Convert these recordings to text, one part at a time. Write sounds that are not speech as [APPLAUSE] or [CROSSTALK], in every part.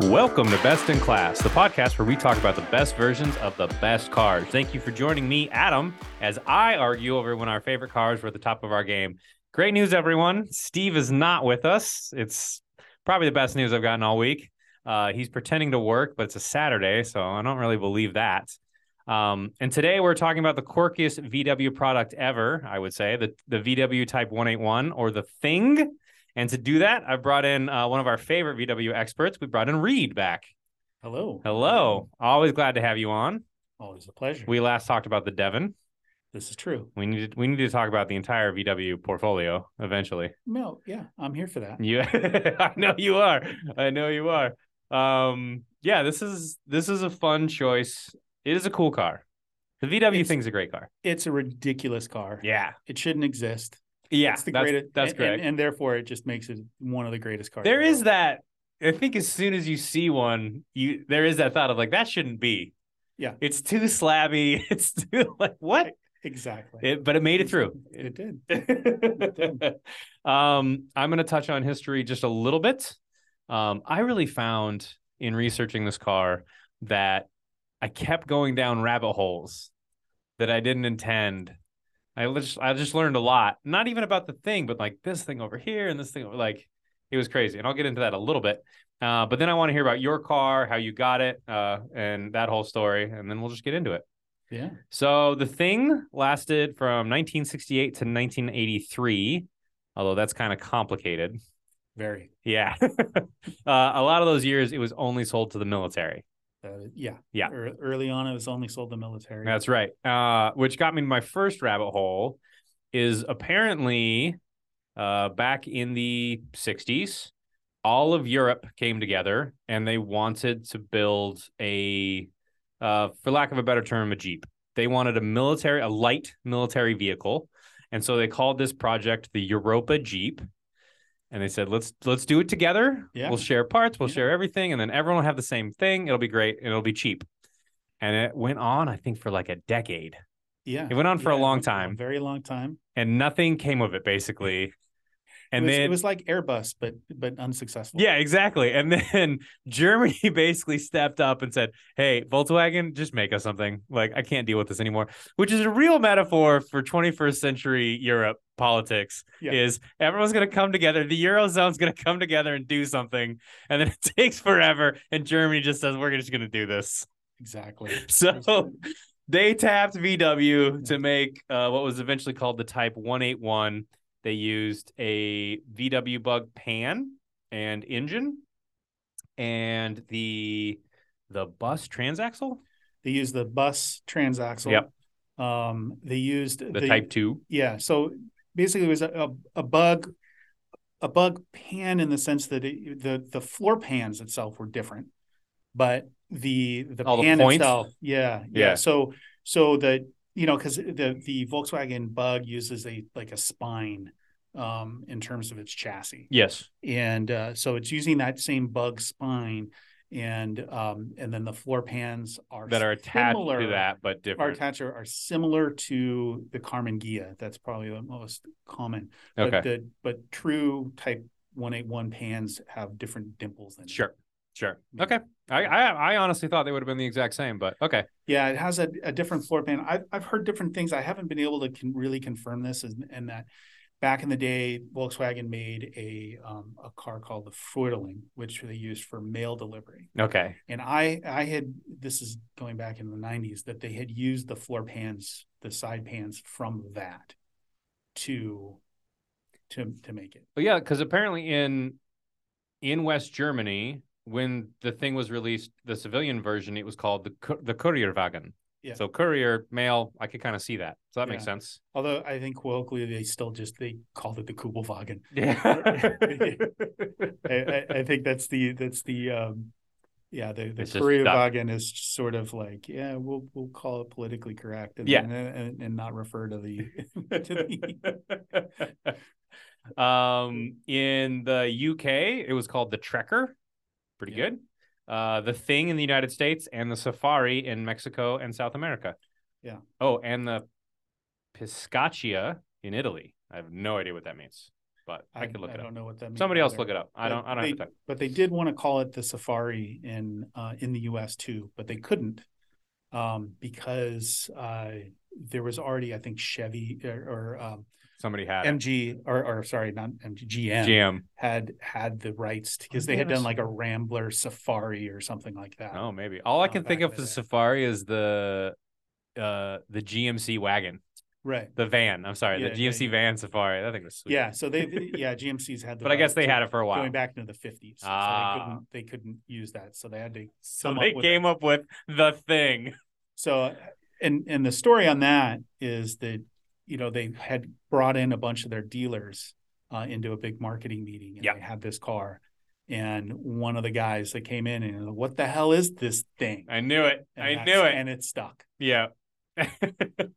Welcome to Best in Class, the podcast where we talk about the best versions of the best cars. Thank you for joining me, Adam, as I argue over when our favorite cars were at the top of our game. Great news, everyone. Steve is not with us. It's probably the best news I've gotten all week. Uh, he's pretending to work, but it's a Saturday, so I don't really believe that. Um, and today we're talking about the quirkiest VW product ever, I would say, the, the VW Type 181 or the Thing. And to do that, I brought in uh, one of our favorite VW experts. We brought in Reed back. Hello. Hello. Always glad to have you on. Always a pleasure. We last talked about the Devon. this is true. We need to, we need to talk about the entire VW portfolio eventually. No, yeah, I'm here for that. You, [LAUGHS] I know you are. I know you are. Um, yeah, this is this is a fun choice. It is a cool car. The VW It's- thing's a great car. It's a ridiculous car. Yeah, It shouldn't exist. yeah. it's the that's greatest. that's and, great. And, and therefore, it just makes it one of the greatest cars. there in the is world. that i think as soon as you see one you there is that thought of like that shouldn't be Yeah. it's too slabby [LAUGHS] it's too like what Exactly. it, but it made it through It [LAUGHS] did. um i'm going to touch on history just a little bit um i really found in researching this car that i kept going down rabbit holes that i didn't intend i just i just learned a lot not even about the thing but like this thing over here and this thing over, like it was crazy and i'll get into that a little bit uh, but then i want to hear about your car how you got it uh, and that whole story and then we'll just get into it Yeah. so the thing lasted from 1968 to 1983, although that's kind of complicated. Very. Yeah. [LAUGHS] uh, a lot of those years, it was only sold to the military. Uh, yeah. Yeah. Ear- early on, it was only sold to military. That's right. Uh, which got me to my first rabbit hole is apparently uh, back in the 60s, all of Europe came together and they wanted to build a, uh, for lack of a better term, a Jeep. They wanted a military, a light military vehicle. And so they called this project the Europa Jeep. And they said, let's let's do it together. Yeah. We'll share parts, we'll Yeah. share everything, and then everyone will have the same thing. It'll be great and it'll be cheap and it went on i think for like a decade Yeah. it went on for a Yeah, long it was time very long time. and nothing came of it basically and it was, then it was like Airbus, but but unsuccessful. yeah exactly and then [LAUGHS] germany basically stepped up and said hey volkswagen just make us something like i can't deal with this anymore which is a real metaphor for 21st century europe politics Yeah. is everyone's going to come together the eurozone's going to come together and do something and then [LAUGHS] it takes forever and germany just says we're just going to do this Exactly. [LAUGHS] So they tapped VW Yeah. to make uh, what was eventually called the Type 181. They used a VW Bug pan and engine, and the the bus transaxle, They used the bus transaxle. Yep. Um, they used the Type 2. Yeah. So basically, it was a, a, a bug, a bug pan in the sense that it, the the floor pans itself were different, but the the All the pan points? itself, yeah, yeah, Yeah. So so the you know because the the Volkswagen Bug uses a like a spine um, in terms of its chassis, Yes. and uh, so it's using that same bug spine, and um, and then the floor pans are That are attached to similar- that, but different. Arcatcher are similar to the Carmen Gia. That's probably the most common. But Okay. the but true type 181 pans have different dimples in it. Sure. Sure. Yeah. Okay. I, I I honestly thought they would have been the exact same, but okay. Yeah, it has a, a different floor pan. I've I've heard different things. I haven't been able to con- really confirm this and, and that back in the day, Volkswagen made a um, a car called the Freudeling, which they used for mail delivery. Okay. And I I had this is going back in the 90s that they had used the floor pans, the side pans from that to to to make it. Well, yeah, because apparently in in West Germany, when the thing was released, the civilian version, it was called the Cou- the Kurierwagen. Yeah. So courier mail, I could kind of see that. So that makes Yeah. sense. Although I think colloquially they still just they called it the Kubelwagen. [LAUGHS] Yeah. I, I, I think that's the that's the um yeah the the It's just Kurierwagen is sort of like yeah we'll we'll call it politically correct and Yeah. and, and, and not refer to the, [LAUGHS] to the [LAUGHS] um, in the UK, it was called the Trekker. Pretty Yeah. good. Uh, the Thing in the United States and the Safari in Mexico and South America. Yeah. Oh, and the Piscaccia in Italy. I have no idea what that means. but I, can look it I up. don't know what that means. Somebody else either. look it up. I But don't. I don't they, have the time. But they did want to call it the Safari in uh, in the U.S. too, but they couldn't um, because uh, there was already, I think, Chevy or, or um, Somebody had it. MG or, or sorry, not MG, GM GM. had had the rights because they had done like a Rambler Safari or something like that. Oh, maybe. All I Oh, can think back of in for the the day. Safari is the uh the GMC wagon, Right. the van. I'm sorry, Yeah, the yeah, GMC van Safari. That thing was sweet. Yeah. So they, [LAUGHS] yeah, GMC's had the. but I guess right they to- had it for a while. Going back into the fifties, Ah. so they couldn't they couldn't use that, so they had to. So come they up with- came up with the thing. So, and and the story on that is that you know they had brought in a bunch of their dealers uh, into a big marketing meeting, and Yeah. they had this car, and one of the guys that came in and what the hell is this thing? I knew it. And I that's- knew it. and it stuck. Yeah. [LAUGHS]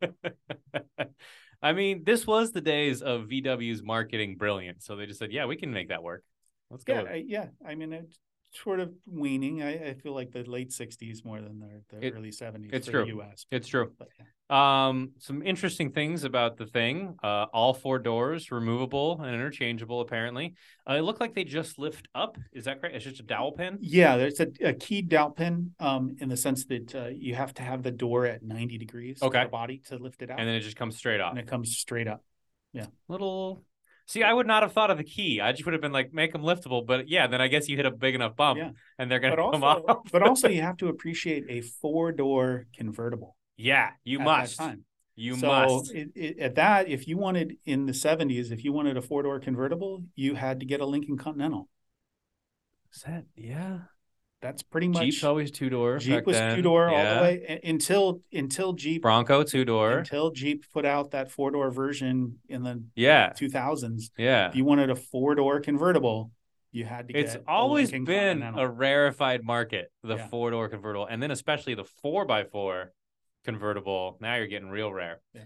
I mean, this was the days of VW's marketing brilliant. So they just said, yeah, we can make that work. Let's go. Yeah, with I, it. yeah. I mean, it's sort of weaning. I, I feel like the late '60s more than the, the It- early '70s it's for true. the U.S. It's true. But, yeah. Um, some interesting things about the thing. Uh, all four doors removable and interchangeable, apparently. Uh, it looked like they just lift up. Is that correct? It's just a dowel pin. Yeah, there's a, a key dowel pin um, in the sense that uh, you have to have the door at 90 degrees Okay. to the body to lift it out, And then it just comes straight off. and it comes straight up. Little see, I would not have thought of the key. I just would have been like, make them liftable. But yeah, then I guess you hit a big enough bump Yeah. and they're gonna But come also, off. but [LAUGHS] also, you have to appreciate a four door convertible. yeah, you at that must. time. You so must. It, it, at that, if you wanted in the 70s, if you wanted a four door convertible, you had to get a Lincoln Continental. Is that yeah? That's pretty much Jeep's always two door. Jeep was two door all the way a- until until Jeep Bronco two door. until Jeep put out that four door version in the Yeah, 2000s. yeah. if you wanted a four door convertible, you had to. It's get a always Lincoln been Continental. a rarefied market, the Yeah. four door convertible, and then especially the four by four convertible. Now you're getting real rare. Yeah.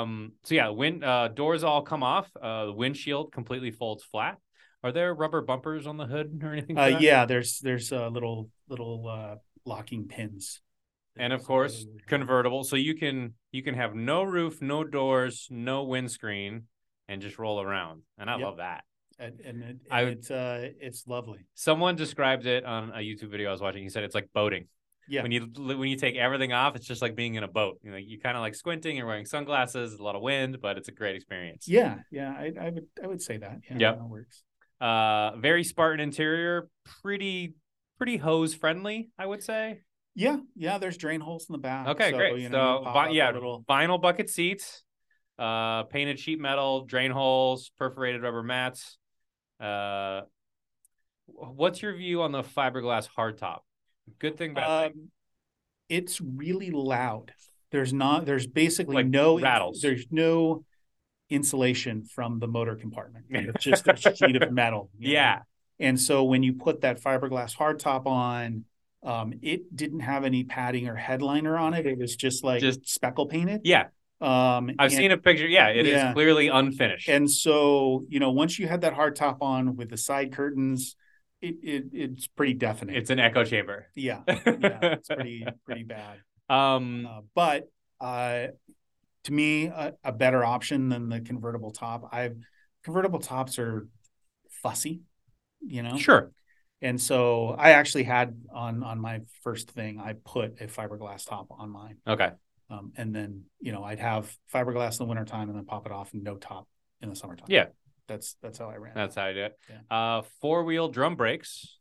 Um, so yeah, wind uh, doors all come off. Uh, the windshield completely folds flat. Are there rubber bumpers on the hood or anything? for Uh, that? yeah, there's there's uh, little little uh, locking pins, and of course convertible. So you can you can have no roof, no doors, no windscreen, and just roll around. And I Yep. love that. and, and, it, I and would- it's uh, it's lovely. Someone described it on a YouTube video I was watching. He said it's like boating. Yeah, when you when you take everything off, it's just like being in a boat. You know, you kind of like squinting and wearing sunglasses. A lot of wind, but it's a great experience. yeah, yeah. I, I would I would say that. Yeah, Yep. that works. Uh, very Spartan interior, pretty pretty hose friendly, I would say. Yeah, yeah. There's drain holes in the back. Okay, Uh, so, great. You know, so you pop vi- up a yeah, little vinyl bucket seats, uh, painted sheet metal, drain holes, perforated rubber mats. Uh, what's your view on the fiberglass hardtop? Good thing, bad thing. Um, it's really loud. There's not. There's basically Like no ins- rattles. There's no insulation from the motor [LAUGHS] compartment. It's just a sheet of metal. you know? yeah, And so when you put that fiberglass hardtop on, um, it didn't have any padding or headliner on it. It was just like Just- speckle painted. yeah. Um, I've and, seen a picture. Yeah, it is Yeah. clearly unfinished. And so you know, once you had that hardtop on with the side curtains, it, it it's pretty definite. it's an echo chamber. [LAUGHS] yeah, yeah, it's pretty pretty bad. Um, Uh, but uh, to me, a, a better option than the convertible top. I've convertible tops are fussy, you know. sure. And so I actually had on on my first thing, I put a fiberglass top on mine, Okay. um, and then you know I'd have fiberglass in the wintertime and then pop it off and no top in the summertime. Yeah. that's that's how I ran. That's how I do it. Uh, four wheel drum brakes.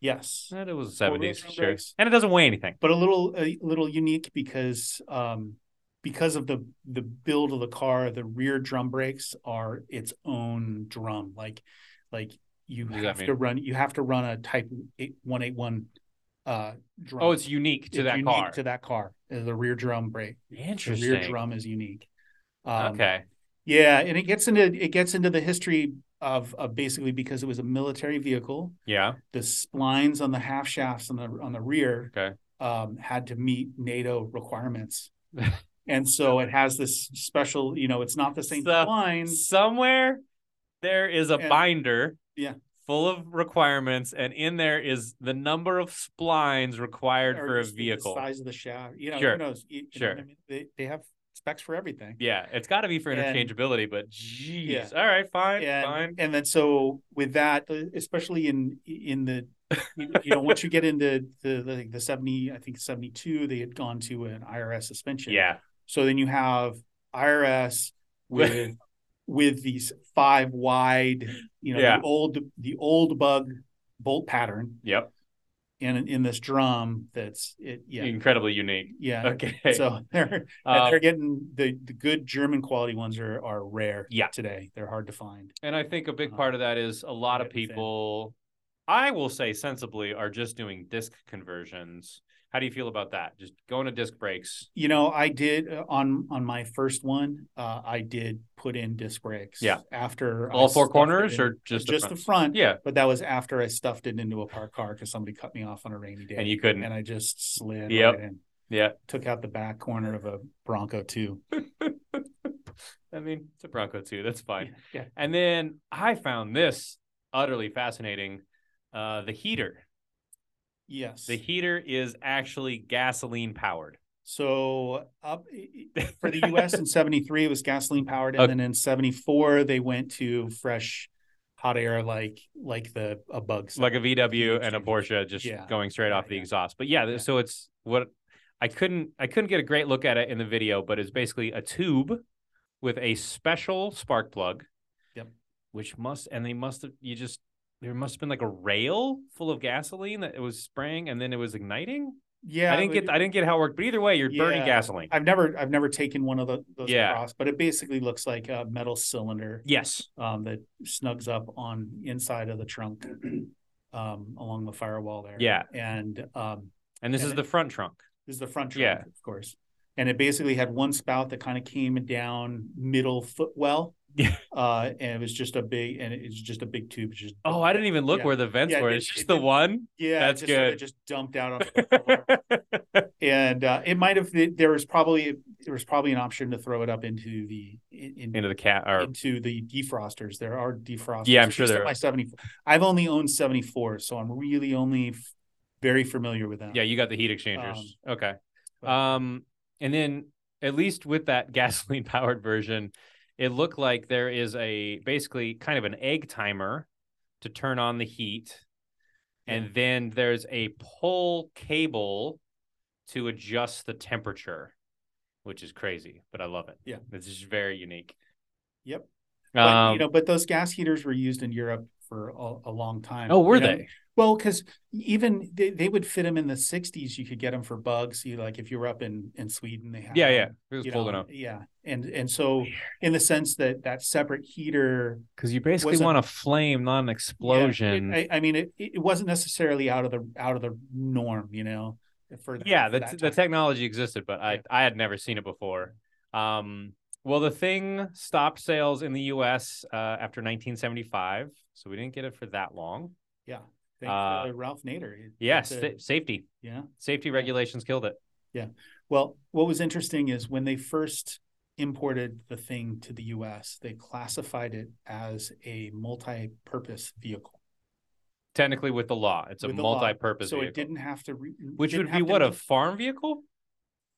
yes, That it was Four-wheel seventies, drum sure. brakes. And it doesn't weigh anything. but a little a little unique because um, because of the the build of the car, the rear drum brakes are its own drum. Like like you What does that have mean? to run you have to run a Type one eight one uh, drum. Oh, it's unique to it's that unique car. to that car is the rear drum brake the Interesting. rear drum is unique um, okay. yeah and it gets into it gets into the history of, of basically because it was a military vehicle Yeah. the splines on the half shafts on the on the rear Okay. um, had to meet nato [LAUGHS] requirements and so it has this special you know it's not the same So- spline Somewhere there is a And- binder. Yeah. Full of requirements, and in there is the number of splines required or for a just the vehicle. size of the shaft you know Sure. who knows You- you know Sure. what I mean? they, they have specs for everything. Yeah, it's got to be for And- interchangeability, but geez. Yeah. All right, fine, and, fine. and then so with that uh, especially in in the you you know once you get into the the, the 70 i think 72 they had gone to an irs suspension Yeah, so then you have [LAUGHS] irs with with these five wide you know Yeah. the old the old bug bolt pattern yep. in in this drum that's it yeah Incredibly unique. yeah Okay. so [LAUGHS] they're Uh, they're getting the the good german quality ones are are rare Yeah. today they're hard to find And I think a big Uh, part of that is a lot of good thing. people, I will say sensibly, are just doing disc conversions. How do you feel about that? Just going to disc brakes. You know, I did uh, on on my first one. Uh, I did put in disc brakes. Yeah. After I All four stuffed it corners in- or just, just the front? front. Yeah. But that was after I stuffed it into a parked car because somebody cut me off on a rainy day, And you couldn't. and I just slid. Yep. Right in, yeah. took out the back corner of a Bronco too. I mean, it's a Bronco too. That's fine. [LAUGHS] Yeah. And then I found this utterly fascinating. Uh, the heater. Yes. The heater is actually gasoline powered. so up for the U.S. [LAUGHS] in '73, it was gasoline powered, and Okay. then in '74 they went to fresh hot air, like like the a bug. Like a VW and a Exchange. Porsche just Yeah. going straight Yeah, off the yeah. exhaust. But yeah, Yeah. so it's what I couldn't I couldn't get a great look at it in the video, but it's basically a tube with a special spark plug. Yep. Which must and they must have you just there must have been like a rail full of gasoline that it was spraying and then it was igniting. yeah. I didn't but- get I didn't get how it worked, but either way, you're burning Yeah. gasoline. I've never I've never taken one of the, those Yeah. across, but it basically looks like a metal cylinder Yes. um, that snugs up on inside of the trunk um, along the firewall there. Yeah. and um, And this And is it- the front trunk. this is the front trunk, Yeah. of course. And it basically had one spout that kind of came down middle footwell. [LAUGHS] Yeah. uh, and it was just a big and it's just a big tube. It's just Oh, I didn't even look Yeah. where the vents Yeah, were. it- It's it just the didn't- one. yeah, That's it just, sorta good. Just dumped out on the floor. [LAUGHS] and uh, it might have there was probably there was probably an option to throw it up into the in, in- Into the cat or into the defrosters. There are defrosters. Yeah, I'm at sure least there on are. My 74. I've only owned 74, so I'm really only f- very familiar with them. yeah, you got the heat exchangers. okay. Um, and then at least with that [LAUGHS] gasoline powered version, it looked like there is a basically kind of an egg timer to turn on the heat. And then there's a pull cable to adjust the temperature, which is crazy, but I love it. Yeah. It's just very unique. Yep. But, Um, you know, but those gas heaters were used in Europe for a, a long time. oh, were You know, they? Well, because even they, they would fit them in the 60s. You could get them for bugs. You like if you were up in in Sweden, they had Yeah, yeah. them, It was you cold know, enough. Yeah, and and so in the sense that that separate heater Because you basically wasn't- want a flame, not an Yeah, it- explosion. Yeah, I, I mean, it, it wasn't necessarily out of the out of the norm, you know. For for the, that the time. technology existed, but I, Yeah. I had never seen it before. Um, well, the thing stopped sales in the U.S. Uh, after 1975, so we didn't get it for that long. yeah, Thanks uh, to Ralph Nader. He- Yes, he sa- said- safety, yeah. safety regulations killed it. Well, what was interesting is when they first imported the thing to the U.S., they classified it as a multi-purpose vehicle, Technically, with the law, it's a With the law, multi-purpose so vehicle, it didn't have to. Re- which didn't would be have to what a meet- farm vehicle.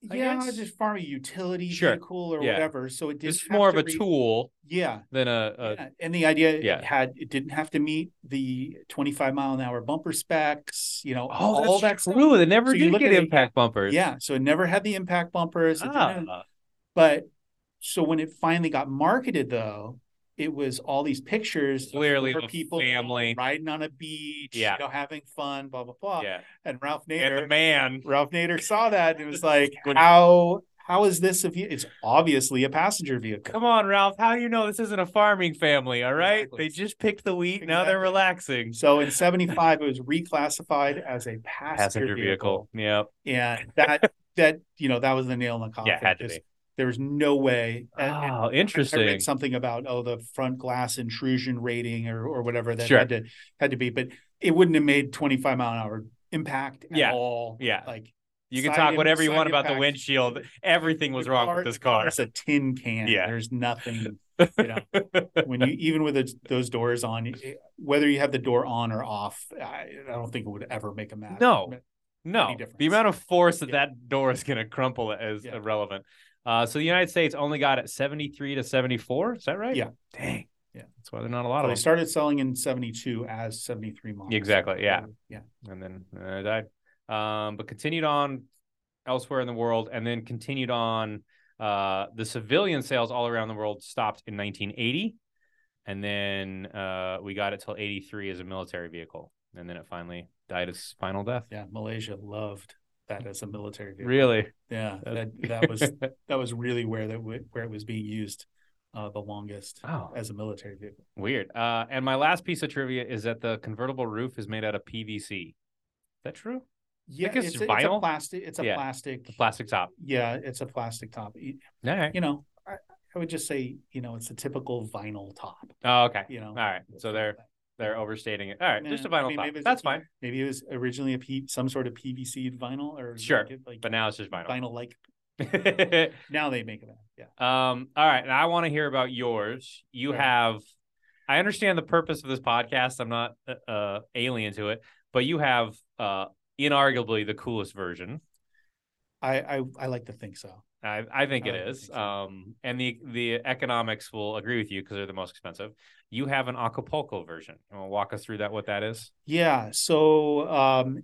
I yeah, guess? just farm a utility Sure. vehicle or Yeah. whatever. So it didn't. This is have more of to a re- tool Yeah, than a, a Yeah, and the idea it yeah. had it didn't have to meet the 25 mile an hour bumper specs, you know, all that Oh, that's stuff. true. They never So you did look get at it- impact bumpers. Yeah, so it never had the impact bumpers. it didn't have- Ah, But so when it finally got marketed, though, it was all these pictures of clearly, four the people family. riding on a beach, Yeah. you know, having fun, blah blah blah. Yeah, And Ralph and Nader, the man. Ralph Nader saw that and was like, When- "How how is this a vehicle? It's obviously a passenger vehicle." Come on, Ralph. How do you know this isn't a farming family? All right. Exactly. They just picked the wheat. Now they're Exactly. relaxing. So in 75, it was reclassified as a passenger, vehicle. Yeah. And [LAUGHS] that, that, you know, that was the nail in the coffin. Yeah, it had to Oh, Just- be. There was no way. and- and Oh, I interesting. read something about, oh, the front glass intrusion rating or, or whatever that Sure. had to, had to be, but it wouldn't have made 25 mile an hour impact at Yeah. all. Yeah. [LAUGHS] Like You can side talk im- whatever you side want about the impact. windshield. Everything was the wrong car- with this the car car. is a tin can. Yeah. There's nothing, you know, [LAUGHS] when you, even with those- those doors on, it- whether you have the door on or off, I, I don't think it would ever make a matter. No. No. The difference. amount of force that Yeah. that door is going to crumple is Yeah. irrelevant. Uh, so the United States only got it 73 to 74. Is that right? Yeah. Dang. Yeah. That's why they're not a lot Well, they of them. started selling in 72 as 73 models. Exactly, yeah. Yeah. and then uh, died. Um, but continued on elsewhere in the world, and then continued on. Uh, the civilian sales all around the world stopped in 1980, and then uh, we got it till 83 as a military vehicle, and then it finally died its final death. Yeah. Malaysia loved that as a military vehicle. Really, Yeah. That, [LAUGHS] that was that was really where that w- where it was being used uh, the longest oh as a military vehicle. weird. Uh, and my last piece of trivia is that the convertible roof is made out of PVC. Is that true? Yeah, it's a, it's a vinyl? plastic. It's a Yeah. plastic. The plastic top. Yeah, it's a plastic top. You All right. you know, I, I would just say you know it's a typical vinyl top. Oh, okay. You know, All right. So they're they're overstating it. All right. Just a Nah, I vinyl mean, top. maybe it's- That's fine. Maybe it was originally a P, some sort of PVC vinyl or Sure, like, like But now it's just vinyl. vinyl like. um, Now they make it. out, Yeah. [LAUGHS] all right. And I want to hear about yours. You Sure. have, I understand the purpose of this podcast. I'm not uh, uh, alien to it, but you have uh, inarguably the coolest version. I I, I like to think so. I, I think I it like to is. think so. Um, and the, the economics will agree with you because they're the most expensive. You have an Acapulco version. You want to walk us through that, what that is? Yeah. So um,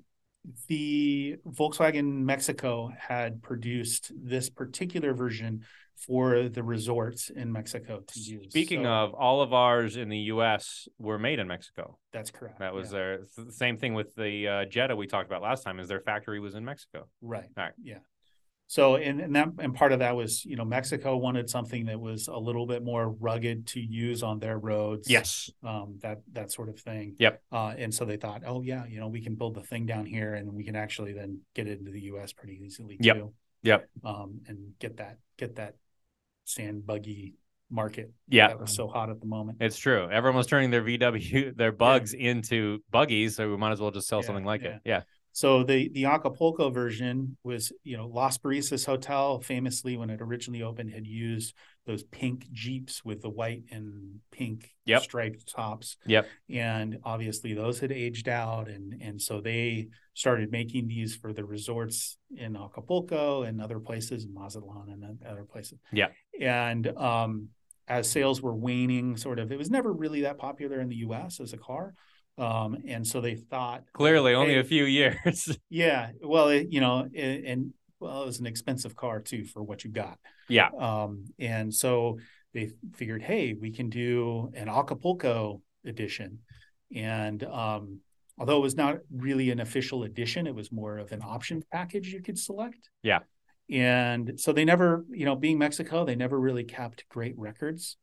the Volkswagen Mexico had produced this particular version for the resorts in Mexico to use. Speaking So of, all of ours in the U.S. were made in Mexico. that's correct. That was yeah, their it's the same thing with the uh, Jetta we talked about last time. Is their factory was in Mexico? right. All right. Yeah. So and, and that and part of that was you know Mexico wanted something that was a little bit more rugged to use on their roads. Yes. um, that that sort of thing. Yep. Uh, and so they thought, oh yeah, you know, we can build the thing down here, and we can actually then get it into the U.S. pretty easily Yep. too. Yep. Um, and get that get that sand buggy market Yeah. that was so hot at the moment. It's true. Everyone was turning their VW, [LAUGHS] their bugs into buggies, so we might as well just sell Yeah, something like it. Yeah. So the the Acapulco version was, you know, Las Barisas Hotel famously when it originally opened had used those pink jeeps with the white and pink Yep. striped tops. Yep. And obviously those had aged out and and so they started making these for the resorts in Acapulco and other places, Mazatlan and other places. Yeah. And um as sales were waning, sort of, it was never really that popular in the U.S. as a car, um, and so they thought Clearly, only Hey. a [LAUGHS] few years. yeah, well, it, you know, and, and well, it was an expensive car too for what you got. Yeah. Um, and so they figured, hey, we can do an Acapulco edition, and um, although it was not really an official edition, it was more of an option package you could select. Yeah. And so they never, you know, being Mexico, they never really kept great records.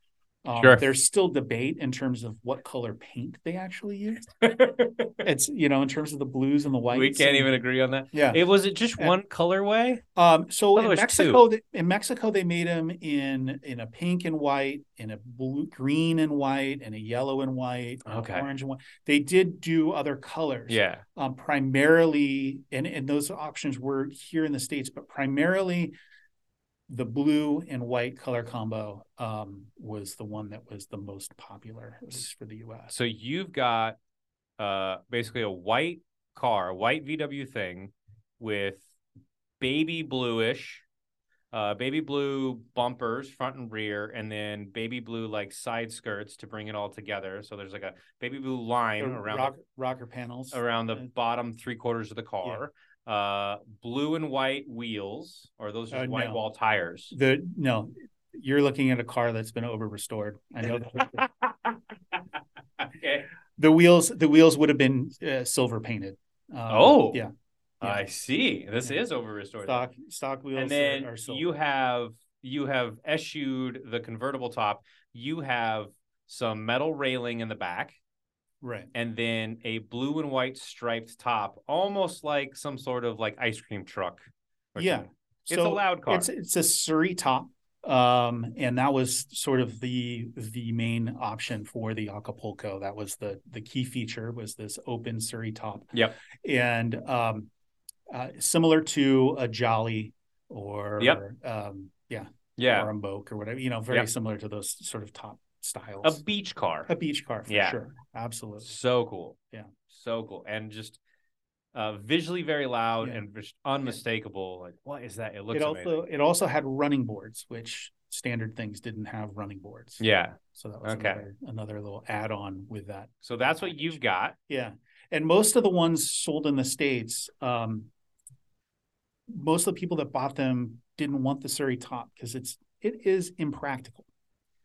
Um, Sure. There's still debate in terms of what color paint they [LAUGHS] actually used. it's you know in terms of the blues and the whites. we can't and- even agree on that. yeah. It was it just And- one colorway? Um, so Oh, in there's Mexico, th- in Mexico, they made them in in a pink and white, in a blue, green and white, and a yellow and white, and a Okay. orange and white. They did do other colors, Yeah. um, primarily, and and those options were here in the states, but primarily, the blue and white color combo um, was the one that was the most popular at least for the U.S. So you've got uh basically a white car, a white VW thing with baby bluish, uh baby blue bumpers front and rear, and then baby blue like side skirts to bring it all together. So there's like a baby blue line The around rock, rocker panels, the, around the uh, bottom three quarters of the car. Uh blue and white wheels, or those just Uh, white no. wall [LAUGHS] tires. the no, you're looking at a car that's been over restored. I know. [LAUGHS] Okay. the wheels the wheels would have been uh, silver painted. Um, Oh. yeah, I see. This Yeah. is over restored. stock stock wheels and then are, are silver. you have you have eschewed the convertible top you have some metal railing in the back right. and then a blue and white striped top almost like some sort of like ice cream truck or Yeah, something. it's a loud car It's it's a Surrey top, um, and that was sort of the the main option for the Acapulco. That was the the key feature was this open Surrey top. Yep. and um, uh, similar to a Jolly or Yep. um, yeah, yeah or a Moke or whatever. You know, very Yep. similar to those sort of top styles. a beach car a beach car for Yeah. sure, absolutely. so cool Yeah. so cool and just uh, visually very loud Yeah. and just unmistakable. Like, what is that? It looks It amazing. also it also had running boards, which standard things didn't have running boards. yeah. So that was Okay. another, another little add on with that. So that's what you've got. Yeah. And most of the ones sold in the States, um, most of the people that bought them didn't want the Surrey top because it's it is impractical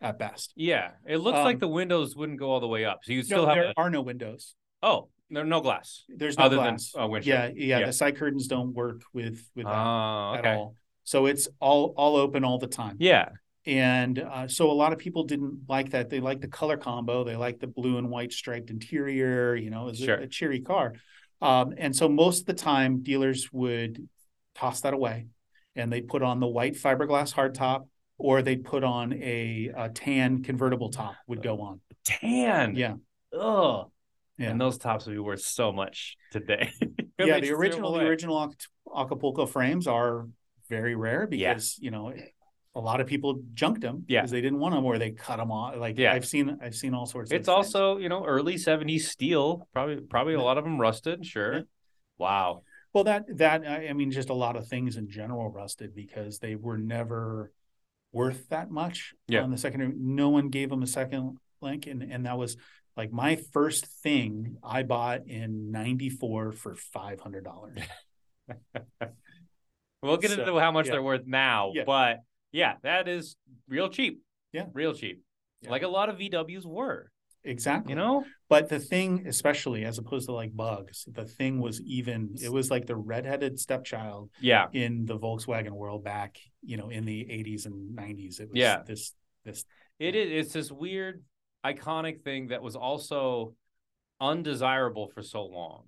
at best. Yeah. It looks like Um, the windows wouldn't go all the way up. So you No, still have, there a, are no windows. oh, there no glass There's no other glass. than a windshield. yeah, yeah, Yeah. The side curtains don't work with with that Oh, at okay. all. So it's all all open all the time. Yeah. And uh, so a lot of people didn't like that. They liked the color combo. They liked the blue and white striped interior. You know, it was a- Sure. a cheery car. Um, and so most of the time, dealers would toss that away, and they'd put on the white fiberglass hardtop, or they'd put on a, a tan convertible top. Would go on. Tan. Yeah. Ugh. Yeah. And those tops would be worth so much today. [LAUGHS] yeah, the original the original Acapu- Acapulco frames are very rare Yeah. because you know a lot of people junked them Yeah. because they didn't want them or they cut them off. Like Yeah. I've seen I've seen all sorts. of It's things. also, you know, early 70s steel. Probably probably a Yeah. lot of them rusted, sure. Yeah. Wow. Well, that that I I mean, just a lot of things in general rusted because they were never worth that much Yeah. on the secondary. No one gave them a second link, and and that was like my first thing I bought in '94 for five hundred dollars. We'll get So, into how much yeah. they're worth now, Yeah. but yeah, that is real cheap. Yeah. Real cheap. Yeah. Like a lot of VWs were, exactly, you know? But the thing, especially as opposed to like bugs, the thing was even. It was like the redheaded stepchild Yeah. in the Volkswagen world back, you know, in the '80s and '90s. It was Yeah. this this It is it's this weird iconic thing that was also undesirable for so long.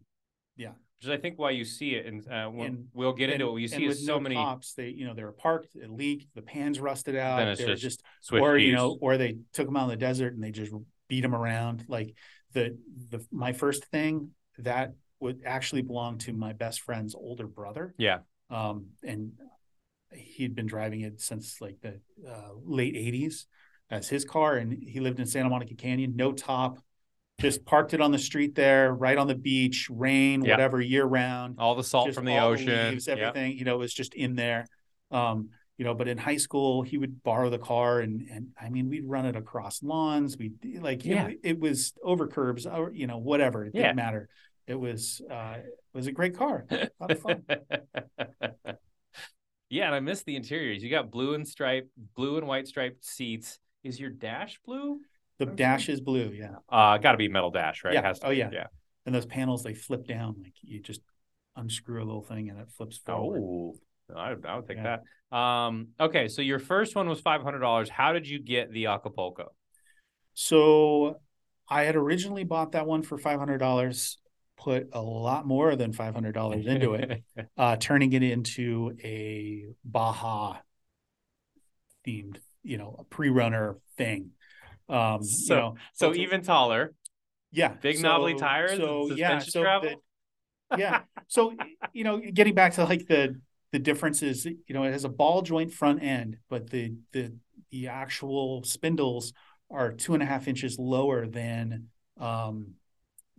Yeah. Which is, I think why you see it and uh, we'll, And- we'll get and- into it. You and see with is so no many tops, they you know they were parked, it leaked, the pans rusted out. Then it's they were just just switch or you gears. know, or they took them out in the desert and they just beat them around. Like the the my first thing that would actually belong to my best friend's older brother. Yeah. Um, and he'd been driving it since like the uh, late '80s as his car, and he lived in Santa Monica Canyon, no top. Just parked it on the street there, right on the beach, rain, Yeah. whatever, year round all the salt just from the all ocean. leaves, Yep. everything you know was just in there. Um, you know, but in high school, he would borrow the car, and and I mean, we'd run it across lawns. We like it- Yeah. it, was over curbs, or you know, whatever. It didn't Yeah. matter. It was uh, it was a great car, [LAUGHS] a lot of fun. yeah, and I miss the interiors. You got blue and striped, blue and white striped seats. Is your dash blue? The dash is blue, yeah, Uh, got to be metal dash, right? It Yeah. has to Oh, be, yeah. yeah. and those panels they flip down. Like you just unscrew a little thing, and it flips forward. Oh, I, I would take Yeah. that. Um, okay, so your first one was five hundred dollars. How did you get the Acapulco? So I had originally bought that one for five hundred dollars. Put a lot more than five [LAUGHS] hundred dollars into it. uh, turning it into a Baja themed, you know, a pre-runner thing. Um, So- you know, so Well, even taller. yeah, big so, knobbly tires and So yeah, suspension so travel? [LAUGHS] the- yeah, so you know, getting back to like the the differences, you know, it has a ball joint front end, but the the the actual spindles are two and a half inches lower than um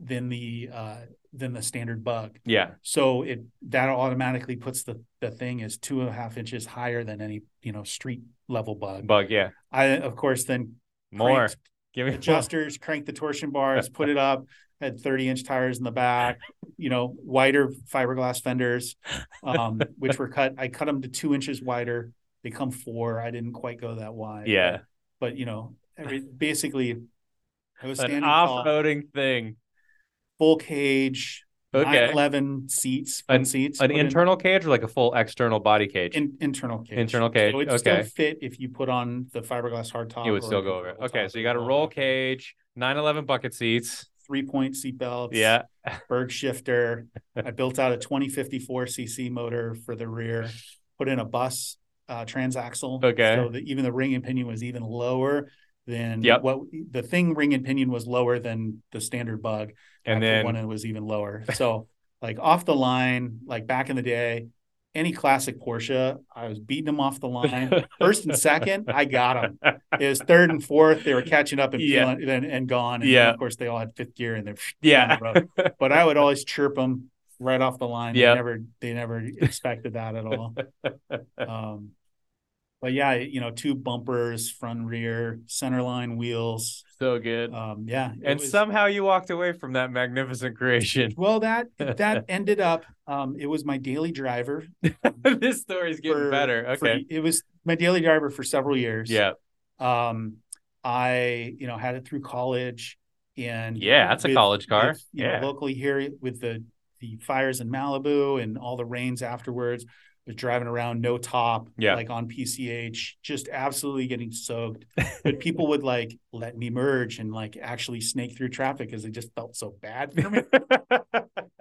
than the uh than the standard bug. Yeah. So it that automatically puts the the thing as two and a half inches higher than any you know street level bug. Bug. Yeah. I of course then More. cranked Give me adjusters, cranked the torsion bars, put it up, had thirty inch tires in the back, you know, wider fiberglass fenders, um, which were cut. I cut them to two inches wider. They come four. I didn't quite go that [LAUGHS] wide. Yeah. but you know, every basically, I was standing An tall, off-roading thing. full cage, Okay. 911 seats, An- front seats, An put in- internal cage or like a full external body cage? in, internal cage. Internal cage, So it okay. still fit if you put on the fiberglass hardtop. it would or still go over. convertible Okay, top so or you got a whatever. roll cage, 911 bucket seats. three point seat belts. Yeah. Berg [LAUGHS] shifter. I built out a 2054 cc motor for the rear. Put in a bus uh, transaxle. Okay. So that even the ring and pinion was even lower than Yep. what the thing ring and pinion was lower than the standard bug. And Actually, then one that was even lower. So [LAUGHS] like off the line, like back in the day, any classic Porsche, I was beating them off the line. First and second, I got them. It was third and fourth, they were catching up and [LAUGHS] Yeah. feeling, and, and gone. And Yeah. [LAUGHS] of course, they all had fifth gear and they're [LAUGHS] Yeah. down the road. But I would always chirp them, right off the line. Yeah. They never they never expected that [LAUGHS] at all. Um, but yeah, you know, two bumpers, front and rear, center line wheels. so good. Um, yeah, it and was- somehow you walked away from that magnificent creation. [LAUGHS] Well, that that ended up. Um, it was my daily driver. [LAUGHS] this story's getting for- better. for- Okay. it was my daily driver for several years. yeah. Um, I you know had it through college, and Yeah. That's a with- college car. with, you [LAUGHS] know, yeah. locally here with the the fires in Malibu and all the rains afterwards. Was driving around no top, Yeah. like on PCH, just absolutely getting soaked. But people would like let me merge and like actually snake through traffic because it just felt so bad for me,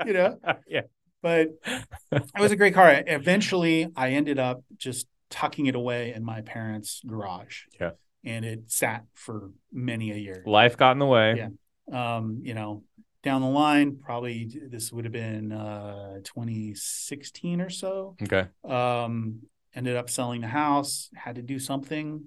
you know. yeah. But it was a great car. Eventually, I ended up just tucking it away in my parents' garage. Yeah. and it sat for many a year. Life got in the way. Yeah. um, you know, down the line, probably this would have been uh, 2016 or so. Okay. Um, ended up selling the house, had to do something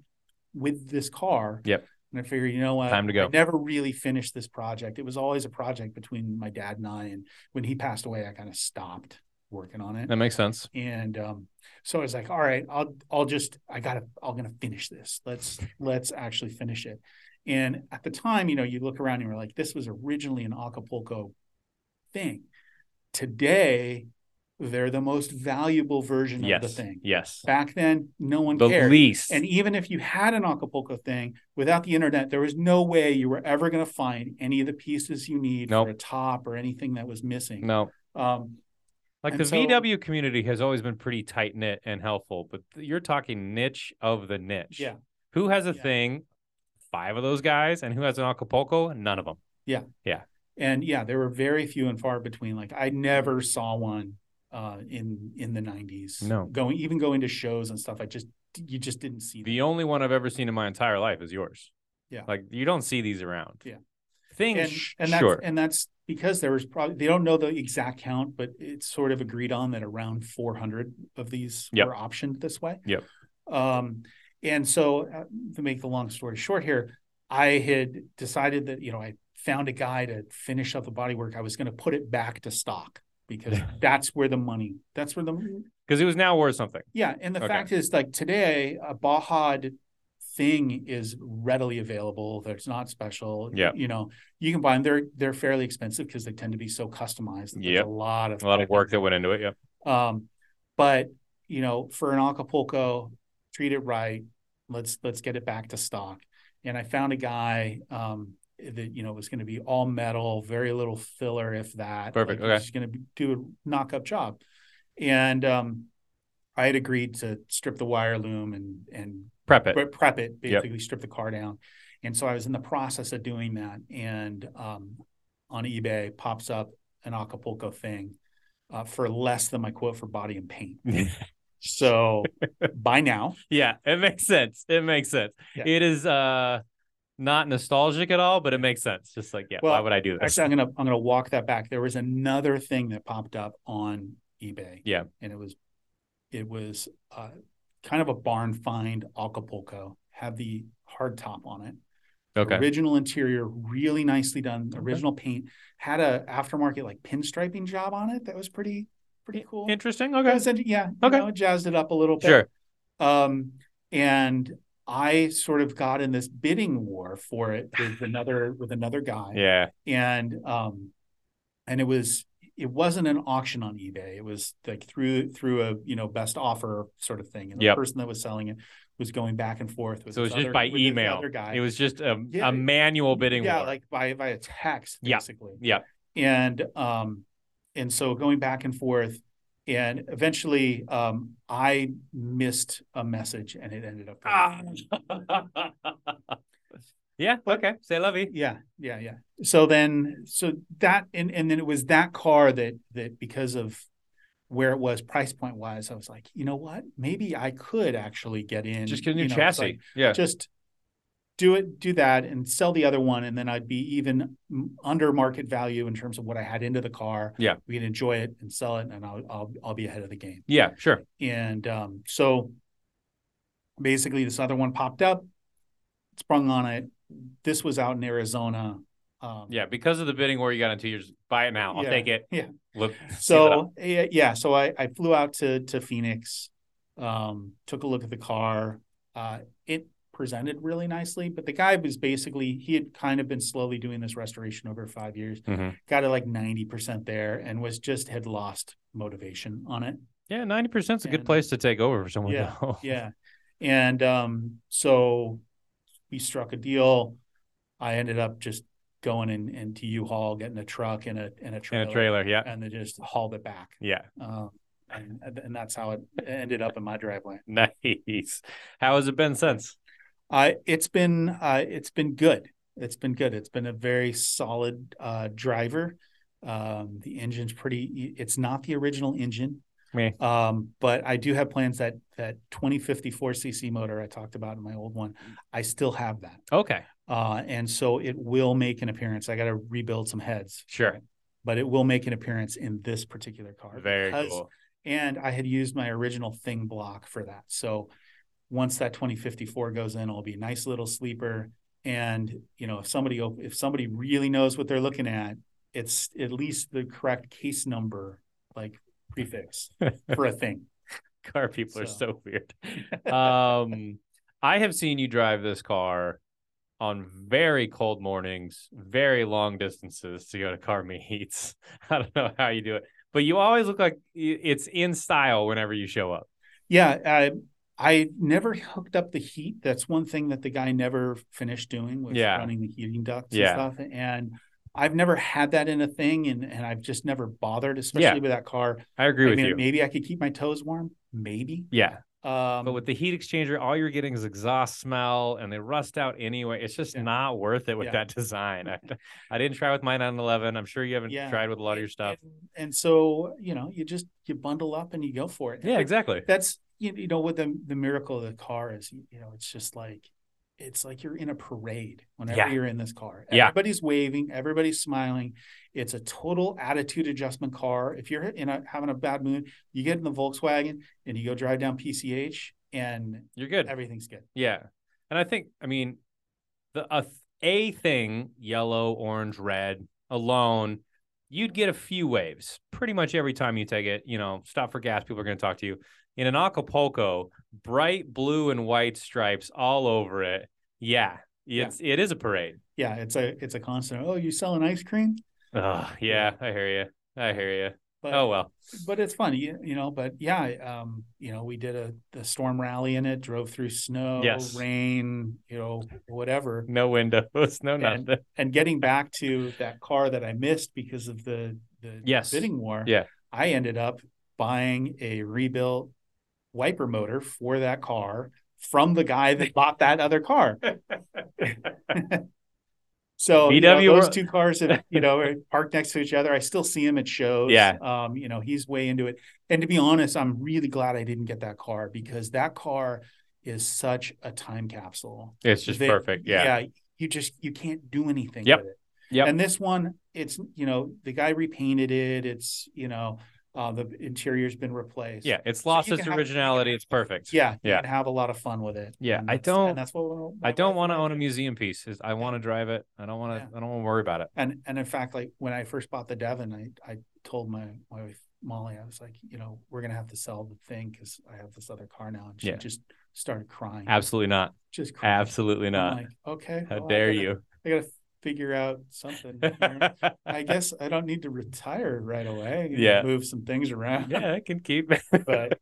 with this car. Yep. And I figured, you know what? Time to go. I never really finished this project. It was always a project between my dad and I. And when he passed away, I kind of stopped working on it. That makes sense. And um, so I was like, all right, I'll I'll just I gotta I'm gonna finish this. Let's let's actually finish it. And at the time, you know, you look around and you're like, this was originally an Acapulco thing. Today, they're the most valuable version Yes. of the thing. Yes. Back then, no one The cared. least. And even if you had an Acapulco thing without the internet, there was no way you were ever going to find any of the pieces you need Nope. for a top or anything that was missing. no. Um, Like And the so- VW community has always been pretty tight knit and helpful, but th- you're talking niche of the niche. yeah. Who has a Yeah. thing? Five of those guys, and who has an Acapulco? None of them. and yeah there were very few and far between like i never saw one uh in in the 90s No. going even going to shows and stuff i just you just didn't see them. The only one I've ever seen in my entire life is yours. Yeah. Like you don't see these around. Yeah. Things, and, sh- and that's sure. and that's because there was probably they don't know the exact count but it's sort of agreed on that around 400 of these Yep. were optioned this way Yep. um and so uh, to make the long story short here i had decided that you know i found a guy to finish up the bodywork i was going to put it back to stock [LAUGHS] because that's where the money that's where the Because it was now worth something. yeah, and the Okay. fact is, like today, a Bahad thing is readily available. That's not special. Yeah. you know, you can buy them. They're they're fairly expensive because they tend to be so customized. that There's Yep. a lot of A lot of work that went into it. Yep. Um, but you know, for an Acapulco, treat it right. Let's let's get it back to stock. And I found a guy um, that you know was going to be all metal, very little filler, if that. Perfect, Like, okay. He's going to do a knock up job, and um, I had agreed to strip the wire loom and and Prep it. prep, prep it, Yep. basically strip the car down. And so I was in the process of doing that, and um, on eBay pops up an Acapulco thing uh, for less than my quote for body and paint. so buy now, [LAUGHS] yeah. It makes sense. It makes sense. Yeah. It is uh not nostalgic at all, but it makes sense. Just like, yeah, why Well, would I do this? actually, I'm gonna I'm gonna walk that back. There was another thing that popped up on eBay. Yeah. and it was it was uh, kind of a barn find Acapulco. Had the hard top on it. okay. Original interior, really nicely done. Okay. Original paint had a aftermarket like pinstriping job on it that was pretty pretty cool. Interesting. It Okay. was, yeah, you Okay. know, it jazzed it up a little bit. Sure. Um, and I sort of got in this bidding war for it with another with another guy, Yeah. and um, and it was it wasn't an auction on eBay. It was like through through a you know best offer sort of thing, and the Yep. person that was selling it was going back and forth with So it was this just other- by with this email. other guy. It was just a, Yeah. a manual bidding yeah war. like by via text Yeah. basically Yeah. and um and so going back and forth and eventually um i missed a message and it ended up Ah. [LAUGHS] yeah. Okay. Say lovey. yeah yeah yeah so then so that and and then it was that car that that because of where it was price point wise i was like you know what maybe i could actually get in Just get a new you know, it's chassis. like, yeah. just do it do that and sell the other one and then i'd be even m- under market value in terms of what i had into the car Yeah. we can enjoy it and sell it and i'll i'll, I'll be ahead of the game yeah. Sure. and um, so basically this other one popped up sprung on it this was out in arizona Um, Yeah, because of the bidding war you got in two years, buy it now. I'll Yeah, take it. yeah. Look, so [LAUGHS] So yeah, yeah, so I, I flew out to to Phoenix, um, took a look at the car. Uh, it presented really nicely, but the guy was basically he had kind of been slowly doing this restoration over five years. Mhm. Got it like ninety percent there, and was just had lost motivation on [LAUGHS] it. yeah, ninety percent is a good And- place to take over for someone. Yeah, though. Yeah, and um, so we struck a deal. I ended up just going in into U-Haul, getting a truck and a and a [LAUGHS] trailer, in a trailer. Yeah, and then just hauled it back. yeah, Um, and, and that's how it ended up in my driveway. [LAUGHS] nice. How has it been since? Uh, it's been uh, it's been good. It's been good. It's been a very solid uh, driver. Um, the engine's pretty. e, It's not the original engine, Meh. um, but I do have plans that that 2054 cc motor I talked about in my old one. I still have that, Okay, uh, and so it will make an appearance. I got to rebuild some heads, sure, but it will make an appearance in this particular car. very because cool. and I had used my original thing block for that. So once that 2054 goes in, it'll be a nice little sleeper. And you know, if somebody op- if somebody really knows what they're looking at, it's at least the correct case number, like prefix [LAUGHS] for a thing. Car people are So. so weird. [LAUGHS] um, I have seen you drive this car on very cold mornings, very long distances to go to car meets. [LAUGHS] I don't know how you do it, but you always look like y- it's in style whenever you show up. Yeah, I I never hooked up the heat. That's one thing that the guy never finished doing was Yeah. running the heating ducts Yeah. and stuff. And I've never had that in a thing, and and I've just never bothered, especially Yeah. with that car. I agree I with mean, you. maybe I could keep my toes warm. Maybe. Yeah, Um, but with the heat exchanger, all you're getting is exhaust smell, and they rust out anyway. It's just Yeah. not worth it with Yeah. that design. [LAUGHS] I, I didn't try with my 911. I'm sure you haven't Yeah. tried with a lot of your stuff. And, and so you know, you just you bundle up and you go for it. yeah, exactly. That's you, you know what the the miracle of the car is. You, you know, it's just like it's like you're in a parade whenever Yeah. you're in this car. Yeah. Everybody's waving, everybody's smiling. It's a total attitude adjustment car. If you're in a, having a bad mood, you get in the Volkswagen and you go drive down PCH and You're good. everything's good. Yeah. And I think, I mean, the a, th- a thing, yellow, orange, red alone, you'd get a few waves pretty much every time you take it. You know, stop for gas, people are going to talk to you. In an Acapulco, bright blue and white stripes all over it. Yeah. It's it is a parade. Yeah, it's a it's a constant. Oh, you selling ice cream? Oh, yeah, I hear you. I hear you. But Oh well. but it's fun, you, you know. But yeah, um, you know, we did a the storm rally in it, drove through snow, Yes. rain, you know, whatever. No windows, no And- nothing. [LAUGHS] And getting back to that car that I missed because of the the Yes. bidding war, Yeah. I ended up buying a rebuilt wiper motor for that car from the [LAUGHS] guy that bought that other car. So you know, VW those two cars have you [LAUGHS] know are parked next to each other. I still see him at shows. Yeah. Um, you know, he's way into it. And to be honest, I'm really glad I didn't get that car because that car is such a time capsule. It's just They- perfect. Yeah. Yeah. You just you can't do anything Yep. with it. Yep. And this one, it's you know, the guy repainted it. It's, you know, uh the interior's been replaced. Yeah. It's lost you its can have- originality. It's perfect. Yeah. You Yeah. can have a lot of fun with it. Yeah, And I that's- don't- and that's what we're- I don't we're- want to own a museum piece. Is I want to drive it. I don't want to. I don't want to worry about it. And and in fact, like when I first bought the Devon, I I told my my wife Molly, I was like, you know, we're gonna have to sell the thing because I have this other car now, and she Yeah. just started crying. Absolutely not. just crying. Absolutely I'm not. like, okay, How well, I dare gotta- you? I gotta figure out something. [LAUGHS] here. I guess I don't need to retire right away. and Yeah. move some things around. yeah, I can keep. [LAUGHS] but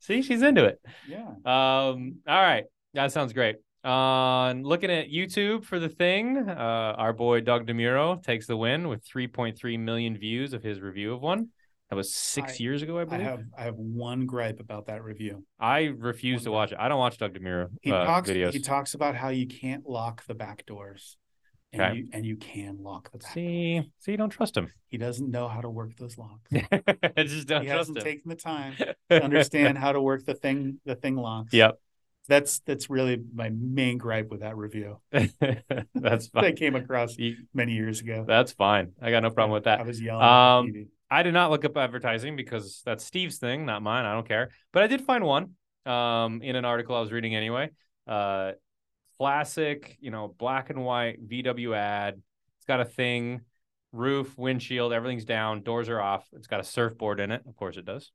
See, she's into it. yeah, Um. All right, that sounds great. Uh, and looking at YouTube for the thing, uh, our boy Doug Demuro takes the win with 3.3 million views of his review of one. That was six I- years ago, I I believe. I, have I have one gripe about that review. refuse to watch it. I don't watch Doug Demuro He uh, talks videos. he talks about how you can't lock the back doors, and Okay. you and you can lock the back. see, see, don't trust him. [LAUGHS] He doesn't know how to work those locks. Just don't he trust hasn't him. taken [LAUGHS] the time to understand how to work the thing the thing locks. Yep. [LAUGHS] That's that's really my main gripe with that review that's that I fine. came across You- many years ago. That's fine. I got no problem with I that. was yelling. at Um, the TV. I did not look up advertising because that's Steve's thing, not mine. I don't care. But I did find one um, in an article I was reading anyway. Uh, classic, you know, black and white VW ad. It's got a thing, roof, windshield, everything's down, doors are off. It's got a surfboard in it. Of course it does.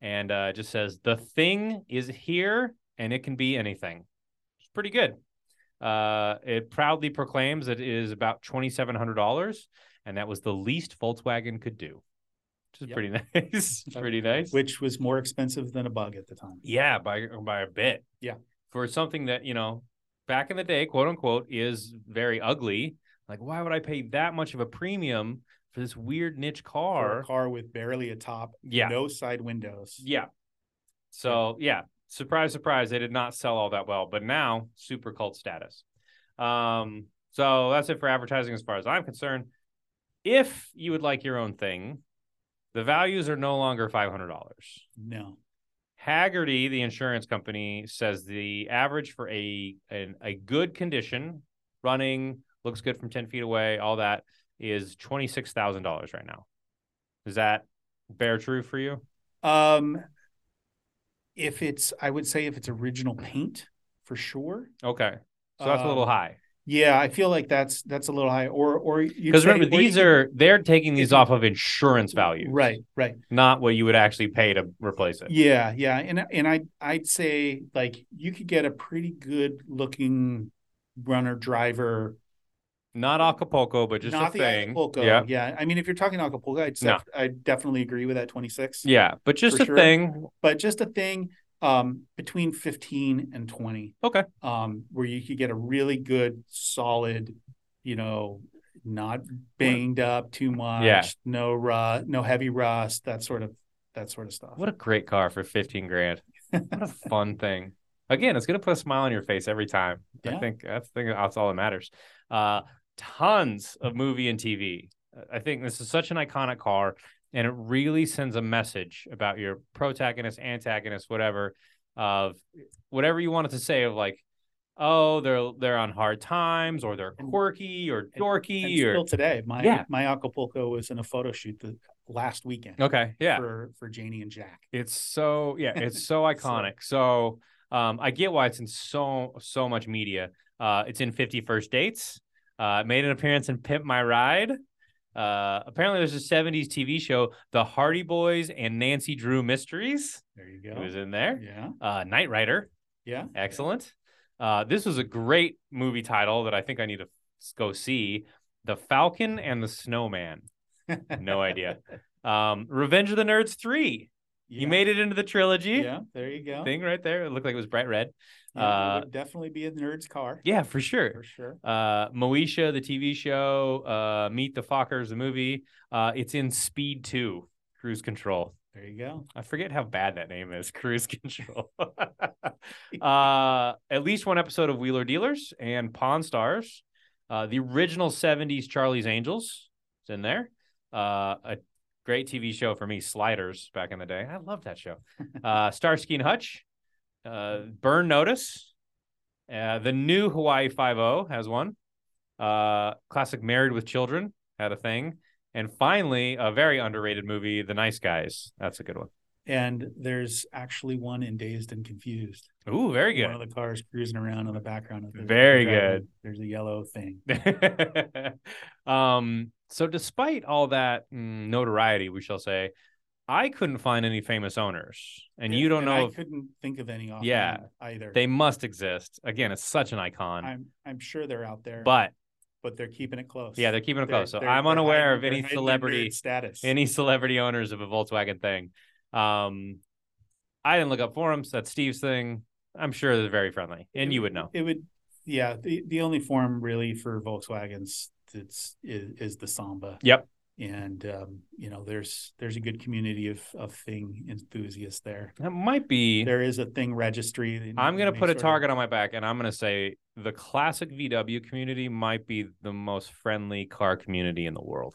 And uh, it just says, the thing is here and it can be anything. It's pretty good. Uh, it proudly proclaims that it is about $2,700. And that was the least Volkswagen could do, which is Yep. pretty [LAUGHS] nice. pretty nice. which was more expensive than a bug at the time. Yeah, by by a bit. Yeah. For something that, you know, back in the day, quote unquote, is very ugly. Like, why would I pay that much of a premium for this weird niche For car? a car with barely a top, Yeah. no side windows. Yeah. So yeah, surprise, surprise, they did not sell all that well, but now super cult status. Um, so that's it for advertising as far as I'm concerned. If you would like your own thing, the values are no longer five hundred dollars. No. Haggerty, the insurance company, says the average for a an, a good condition, running, looks good from ten feet away, all that is twenty six thousand dollars right now. Does that bear true for you? Um, if it's, I would say if it's original paint, for sure. Okay, so that's a little Um, high Yeah, I feel like that's that's a little high. Or or you because remember these are they're taking these off of insurance value, right, right. Not what you would actually pay to replace it. Yeah, yeah, and and I I'd say like you could get a pretty good looking runner driver. Not Acapulco, but just not a the thing. Acapulco. Yeah, yeah. I mean, if you're talking Acapulco, I'd No. sef- I definitely agree with that 26. yeah, but just For a sure. thing. But just a thing um, between 15 and 20. Okay. Um, where you could get a really good, solid, you know, not banged up too much, Yeah. no rust, no heavy rust, that sort of that sort of stuff. What a great car for 15 grand. What [LAUGHS] a fun thing. Again, it's going to put a smile on your face every time. I Yeah. think that's, I think that's all that matters. Uh, tons of movie and TV. I think this is such an iconic car, and it really sends a message about your protagonist, antagonist, whatever, of whatever you wanted to say of like, oh, they're they're on hard times, or they're And- quirky, or and- dorky, and or still today, my Yeah. my Acapulco was in a photo shoot the last weekend okay, Oh, yeah. for for Janie and Jack. It's so yeah, [LAUGHS] it's so iconic. So, um, I get why it's in so so much media. Uh, it's in Fifty First Dates. Uh, it made an appearance in Pimp My Ride. Uh, apparently, there's a '70s TV show, The Hardy Boys and Nancy Drew Mysteries. There you It was go. in there. Yeah, Uh, Knight Rider, yeah. excellent. Uh, this was a great movie title that I think I need to s- go see. The Falcon and the Snowman. No [LAUGHS] idea. Um, Revenge of the Nerds three. You Yeah. made it into the trilogy Yeah, there you go. thing right there. It looked like it was bright red. Yeah, uh, it would definitely be a nerd's car Yeah, for sure. for sure. Uh, Moesha, the TV show, uh, Meet the Fockers, the movie. Uh, it's in Speed Two, Cruise Control. There you go. I forget how bad that name is, [LAUGHS] Cruise Control. uh, at least one episode of Wheeler Dealers and Pawn Stars. Uh, the original '70s Charlie's Angels is in there. Uh, a great TV show for me, Sliders, back in the day. I love that show. Uh, Starsky and Hutch, uh, Burn Notice. Uh, the new Hawaii Five O has one. Uh, classic Married with Children had a thing, and finally, a very underrated movie, The Nice Guys. That's a good one. And there's actually one in Dazed and Confused. Ooh, very good. One of the cars cruising around in the background of the Very driving. There's a yellow thing. [LAUGHS] um, so despite all that mm, notoriety, we shall say, I couldn't find any famous owners, and you don't know I if couldn't think of any offhand Yeah. either. they must exist. Again, it's such an icon, I'm I'm sure they're out there, but but they're keeping it close. yeah, they're keeping it close. So they're- I'm they're unaware hiding- of they're any hiding their celebrity nerd status. any celebrity owners of a Volkswagen thing. Um, I didn't look up forums. That's Steve's thing. I'm sure they're very friendly, and you would know. It would, yeah. The, the only form really for Volkswagens that's is, is the Samba. Yep. And um, you know, there's there's a good community of of thing enthusiasts there. That might be. There is a thing registry. that I'm you gonna may put a Mm, sort of- target on my back, and I'm gonna say the classic VW community might be the most friendly car community in the world.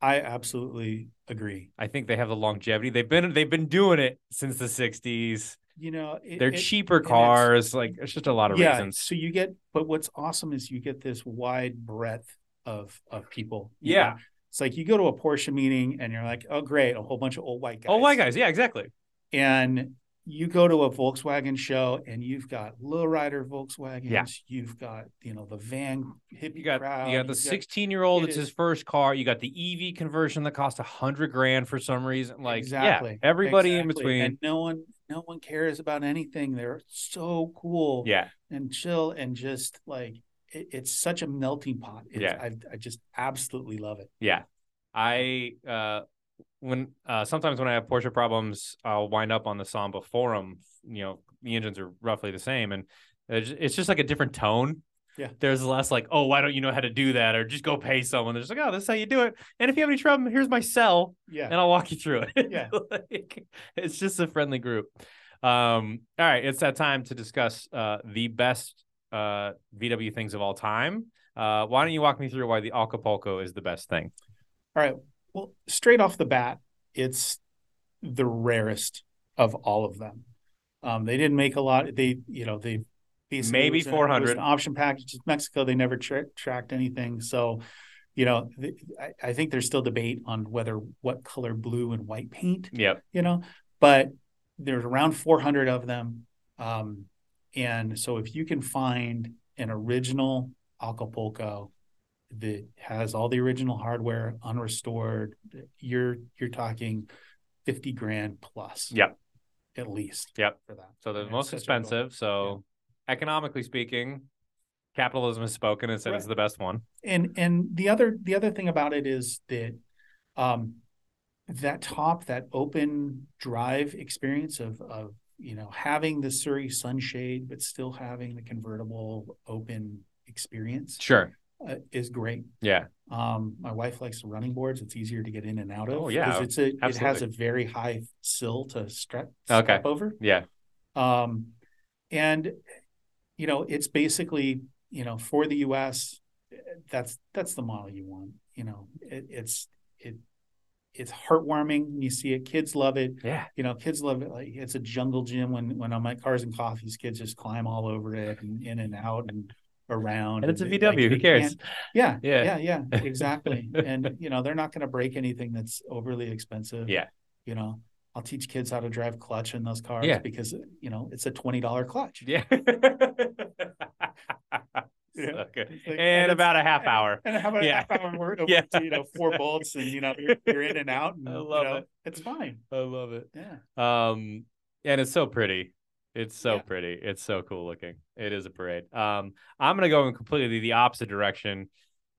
I absolutely agree. I think they have the longevity. They've been they've been doing it since the '60s. You know, it, They're it- cheaper it's- cars. Like there's just a lot of yeah. reasons. So you get, but what's awesome is you get this wide breadth of of people. You Yeah. know, It's like you go to a Porsche meeting and you're like, oh great, a whole bunch of old white guys. Oh, white guys. Yeah, exactly. and you go to a Volkswagen show and you've got lowrider Volkswagens, Yeah. you've got you know the van hippie You got crowd, you got the you've 16 year old. it It's is- his first car. You got the EV conversion that cost a hundred grand for some reason. Like Exactly. yeah, everybody in Exactly. between. and no one no one cares about anything. They're so cool yeah, and chill and just like it, it's such a melting pot. It's, Yeah. I, I just absolutely love it. yeah. I uh when uh sometimes when I have Porsche problems, I'll wind up on the Samba forum. You know, the engines are roughly the same, and there's- it's just like a different tone. Yeah. There's less like, oh, why don't you know how to do that? Or just go pay someone. There's like, oh, this is how you do it. And if you have any trouble, here's my cell. Yeah, and I'll walk you through it. [LAUGHS] Yeah. Like, it's just a friendly group. Um, all right, it's that time to discuss uh, the best uh, VW things of all time. Uh, why don't you walk me through why the Acapulco is the best thing? well, straight off the bat, it's the rarest of all of them. Um, they didn't make a lot. They, you know, they basically Maybe it was an- it was 400. an option package. It's Mexico, they never tra- tracked anything. So, you know, th- I, I think there's still debate on whether what color blue and white paint Yep. you know but there's around 400 of them um, and so if you can find an original acapulco that has all the original hardware unrestored you're you're talking 50 grand plus Yep. at least Yep. for that So they're And the it's most such a expensive. So economically speaking, capitalism has spoken and said it's Right. the best one. and and the other the other thing about it is that um that top that open drive experience of of you know having the Surrey sunshade but still having the convertible open experience Sure. uh, is great. Yeah. Um, my wife likes the running boards; it's easier to get in and out of. Oh, yeah. 'cause it's a it has Absolutely. a very high sill to strep Okay. step over Yeah. um, and you know it's basically you know for the U.S. that's that's the model you want. You know it, it's it it's heartwarming. You see it, kids love it. Yeah. You know kids love it. Like it's a jungle gym. When when I'm at Cars and Coffees, kids just climb all over it and in and out and around. And it's a they- VW. like, Who they cares? can't- Yeah. Yeah. Yeah, yeah, [LAUGHS] exactly. and you know, they're not going to break anything that's overly expensive. Yeah. You know, I'll teach kids how to drive clutch in those cars Yeah. because you know it's a twenty dollar clutch. [LAUGHS] [LAUGHS] Yeah. So good. It's like- And, it's- about a [LAUGHS] half hour. And how about Yeah. a half [LAUGHS] hour work of, Yeah. you know, four bolts and you know you're, you're in and out [LAUGHS] and I you love know, it. it's fine. I love it. Yeah. Um, and it's so pretty. It's so Yeah. pretty. It's so cool looking. It is a parade. Um, I'm gonna go in completely the opposite direction.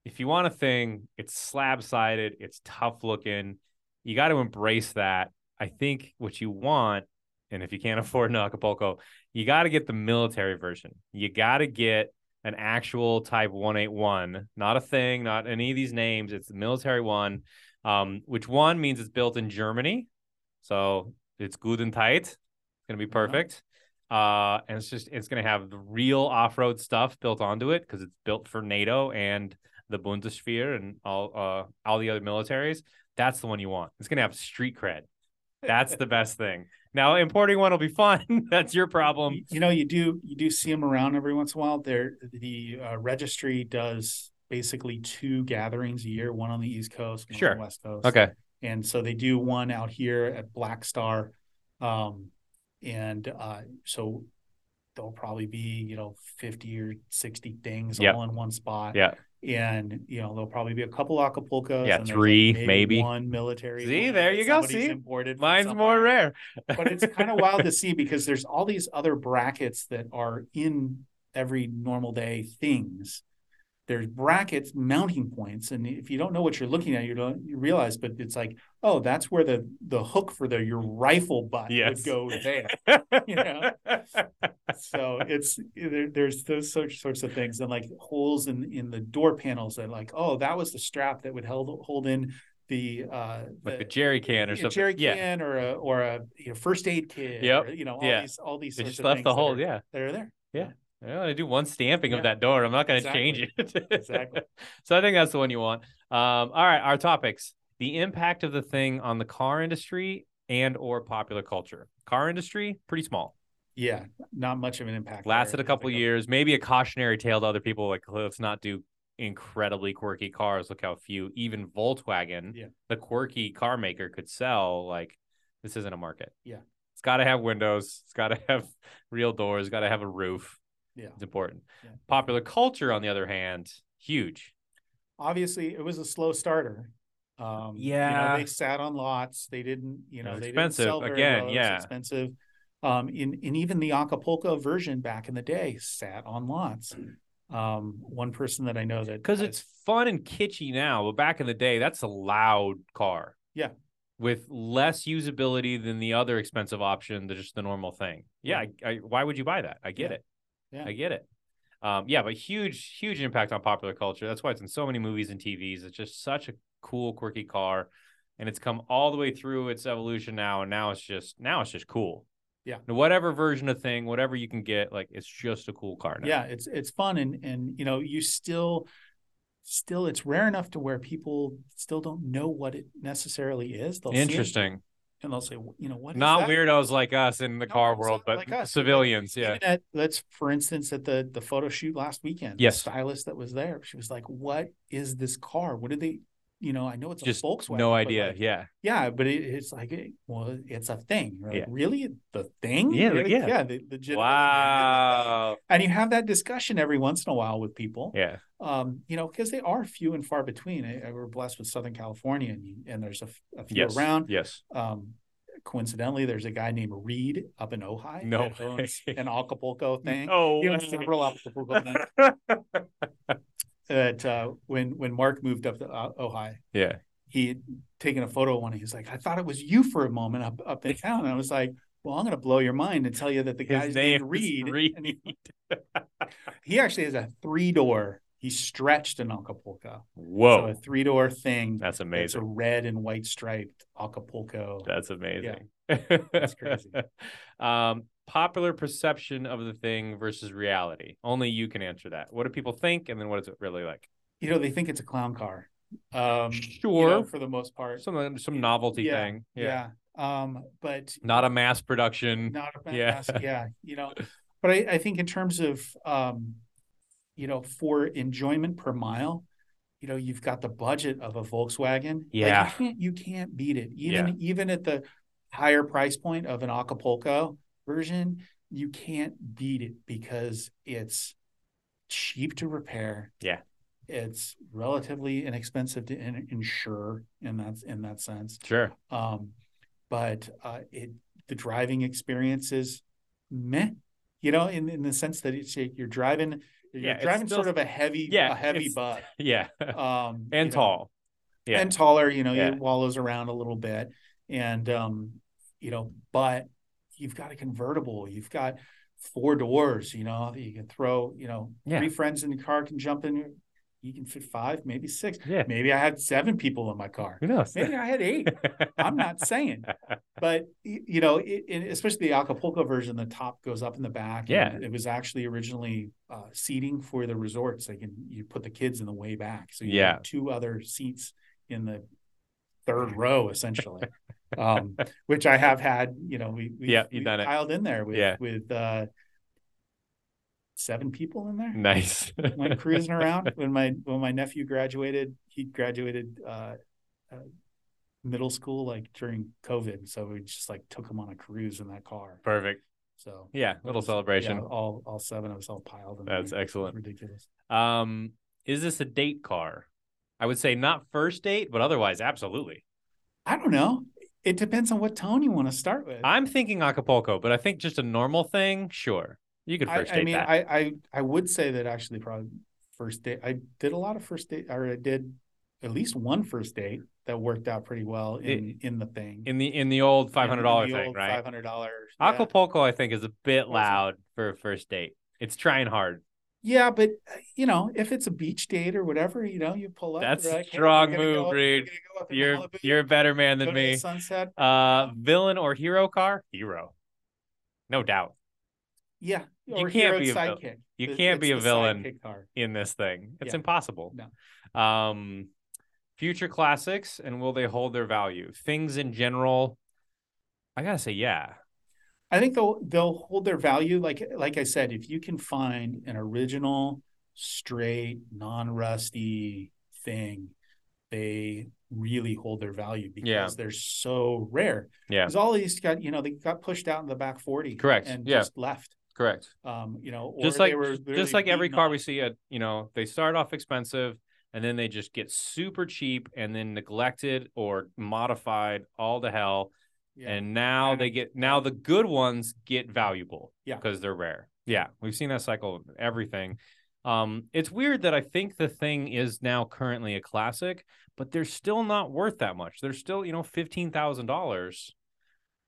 If you want a thing, it's slab sided. It's tough looking. You got to embrace that. I think what you want, and if you can't [LAUGHS] afford an Acapulco, you got to get the military version. You got to get an actual Type 181, not a thing, not any of these names. It's the military one, um, which one means it's built in Germany. So it's good and tight. It's gonna be Uh-huh. perfect. Uh, and it's just it's gonna have the real off-road stuff built onto it because it's built for NATO and the Bundeswehr and all uh all the other militaries. That's the one you want. It's gonna have street cred. That's the best thing. Now importing one will be fun. [LAUGHS] That's your problem. Um, you, you know, you do you do see them around every once in a while. There, the uh, registry does basically two gatherings a year, one on the East Coast, one Sure. on the West Coast. Okay. and so they do one out here at Black Star, um, and uh, so there'll probably be you know fifty or sixty things Yep. all in one spot. Yeah. and you know there'll probably be a couple Acapulcos. Yeah, and there's, like, three, maybe. one military. See, one there that you go, somebody's see? imported from Mine's somewhere more rare. [LAUGHS] but it's kind of wild to see because there's all these other brackets that are in every normal day things. There's brackets, mounting points, and if you don't know what you're looking at, you don't you realize. But it's like, oh, that's where the the hook for the your rifle butt Yes. [LAUGHS] would go there. You know? So it's there, there's those sorts sorts of things, and like holes in in the door panels that like, oh, that was the strap that would held hold in the uh Like a jerry can or a something. jerry yeah. can or a or a you know first aid kit. Yep. or, you know all Yeah. these all these. They sorts just of left things the that hole. are- Yeah. that are there. Yeah, I do one stamping Yeah. of that door. I'm not going to Exactly. change it. Exactly. [LAUGHS] so I think that's the one you want. Um, all right, our topics: the impact of the thing on the car industry and or popular culture. Car industry pretty small. Yeah, not much of an impact. Lasted there. a couple years, maybe a cautionary tale to other people. Like, let's not do incredibly quirky cars. Look how few, even Volkswagen, Yeah. the quirky car maker, could sell. Like, this isn't a market. Yeah. it's got to have windows. It's got to [LAUGHS] have real doors. Got to have a roof. Yeah. It's important. Yeah. Popular culture, on the other hand, huge. Obviously, it was a slow starter. Um, Yeah. you know, they sat on lots. They didn't, you know, was they expensive. didn't sell very Again, well. It yeah. was expensive. Um, in and even the Acapulco version back in the day sat on lots. Um, one person that I know that Because has- it's fun and kitschy now, but back in the day, that's a loud car. Yeah. With less usability than the other expensive option, the just the normal thing. Yeah. I, I, why would you buy that? I get Yeah. it. Yeah. I get it. Um, yeah, but huge, huge impact on popular culture. That's why it's in so many movies and TVs. It's just such a cool, quirky car, and it's come all the way through its evolution now. And now it's just now it's just cool. Yeah. And whatever version of thing, whatever you can get, like it's just a cool car now. yeah it's it's fun and and you know you still still it's rare enough to where people still don't know what it necessarily is they'll see it Interesting. and they'll say you know what is Not that? weirdos like us in the No, car it's world, not but like us. civilians. Yeah. Even at, let's for instance at the the photo shoot last weekend Yes. the stylist that was there she was like what is this car what did they you know i know it's Just a volkswagen no but idea. like- yeah. yeah but it, it's like eh, well it's a thing You're like, Yeah. really the thing Yeah, You're like, yeah. yeah they legitimately- [LAUGHS] Wow. and you have that discussion every once in a while with people Yeah. um, you know, because they are few and far between. I, I- we're blessed with Southern California, and, you, and there's a, f- a few Yes. around. Yes. Um, coincidentally, there's a guy named Reed up in Ojai No that owns way. [LAUGHS] an Acapulco thing. Oh. He owns several Acapulco things. [LAUGHS] That uh, when when Mark moved up to uh, Ojai, yeah. he had taken a photo of one. He's like, I thought it was you for a moment up up in town. And I was like, Well, I'm going to blow your mind and tell you that the guy's His name named Reed. Reed. And he, [LAUGHS] he actually has a three door. He's stretched in Acapulco. So Whoa. a three door thing. That's It's a amazing. red and white striped Acapulco. That's amazing. [LAUGHS] That's crazy. um, popular perception of the thing versus reality. Only you can answer that. What do people think, and then what is it really like? You know, they think it's a clown car. Um, you Sure. know, for the most part. Some some novelty Yeah, thing. Yeah. yeah. Um, but Not a mass production. not a Mm-hmm. Yeah. yeah. [LAUGHS] yeah. You know, but I, I think in terms of, um, you know, for enjoyment per mile, you know, you've got the budget of a Volkswagen. Like, Yeah. you can't you can't beat it. Even even at the higher price point of an Acapulco version, you can't beat it because it's cheap to repair. Yeah. It's relatively inexpensive to in- insure in that in that sense Sure. [LAUGHS] um, but uh, it the driving experience is meh, you know, in, in the sense that it's you're driving, you're Yeah, it's driving still- sort of a heavy, Yeah, a heavy it's- [LAUGHS] butt, Yeah. um, you know, and tall. yeah. and taller. You know, Yeah. it wallows around a little bit, and um, you know, but you've got a convertible, you've got four doors. You know, that you can throw. You know, Yeah. three friends in the car can jump in. You can fit five, maybe six. [LAUGHS] Yeah. Maybe I had seven people in [LAUGHS] my car. Who knows? Maybe I had eight. [LAUGHS] I'm not saying, but y- you know, it, it, especially the Acapulco version, the top goes up in the back. Yeah. And it was actually originally uh, seating for the resorts. Like, and you put the kids in the way back, so you Yeah. have two other seats in the third row, essentially. um, which I have had. You know, we we Yeah, you've we done it. piled in there with Yeah. with uh, seven people in [LAUGHS] there nice. went [LAUGHS] cruising around when my when my nephew graduated. He graduated uh, uh, middle school like during COVID, so we just like took him on a cruise in that car. Perfect. So Yeah, little celebration. yeah, all all seven of us all piled. In That's there. It was excellent. ridiculous. Um, is this a date car? I would say not first date, but otherwise, absolutely. I don't know. It depends on what tone you want to start with. I'm thinking Acapulco, but I think just a normal thing, sure. You could I, first date I mean, that. I, I I would say that actually probably first date. I did a lot of first date, or I did at least one first date that worked out pretty well in in the thing. in the in the old five hundred dollar thing, Five right? hundred dollar. Acapulco, I think, is a bit Awesome. loud for a first date. It's trying hard. Yeah, but uh, you know, if it's a beach date or whatever, you know, you pull up. you're That's a like, "Hey, we're strong gonna move, go up- we're Reed. gonna go up in You're Malibu, you're a better man go than to the me. Sunset. Uh, villain or hero car? Hero, no doubt. Yeah, you or can't hero be a vil- sidekick. You It- can't be a it's the villain. sidekick car. in this thing. It's Yeah. impossible. Um, future classics and will they hold their value? Things in general, I gotta say, yeah. I think they'll they'll hold their value. Like like I said, if you can find an original, straight, non rusty thing they really hold their value because Yeah. they're so rare. Yeah. Because all these got, you know, they got pushed out in the back 40. Correct. And Yeah. just left. Correct. Um, you know, or Just they like were just really like every beaten car up. we see at you know they start off expensive and then they just get super cheap and then neglected or modified all to hell Yeah. and now And- they get now the good ones get valuable Yeah. because they're rare yeah we've seen that cycle of everything um it's weird that i think the thing is now currently a classic but they're still not worth that much they're still you know $15000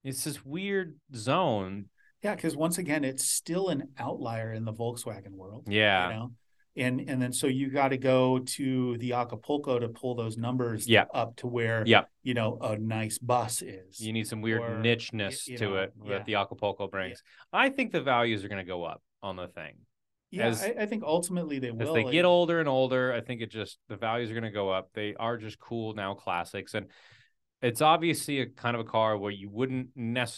it's this weird zone yeah, because once again, it's still an outlier in the Volkswagen world. yeah You know? And and then so you got to go to the Acapulco to pull those numbers Yeah. up to where Yeah. you know a nice bus is. You need some weird or, y- nicheness you to know, it yeah. that the Acapulco brings. I think the values are going to go up on the thing yeah, as- I, I think ultimately they as will. they and- get older and older. I think it just the values are going to go up. They are just cool now, classics, and it's obviously a kind of a car where you wouldn't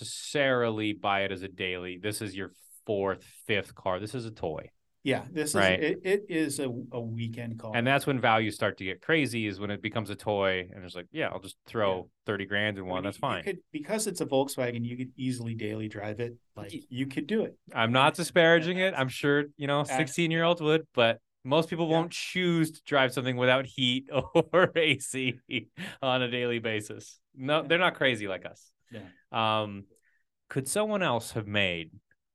necessarily buy it as a daily. This is your fourth, fifth car. This is a toy, Yeah, this is Right. it, it is a, a weekend call. and that's when values start to get crazy. Is when it becomes a toy, and it's like, yeah, I'll just throw thirty grand in I mean, one. That's you fine. could- because it's a Volkswagen, you could easily daily drive it. Like Ye- you could do it. I'm not disparaging it. I'm sure, you know, Ac- 16 year olds would, but most people Yeah. won't choose to drive something without heat [LAUGHS] or AC on a daily basis. No, Yeah. they're not crazy like us. Yeah. Um, could someone else have made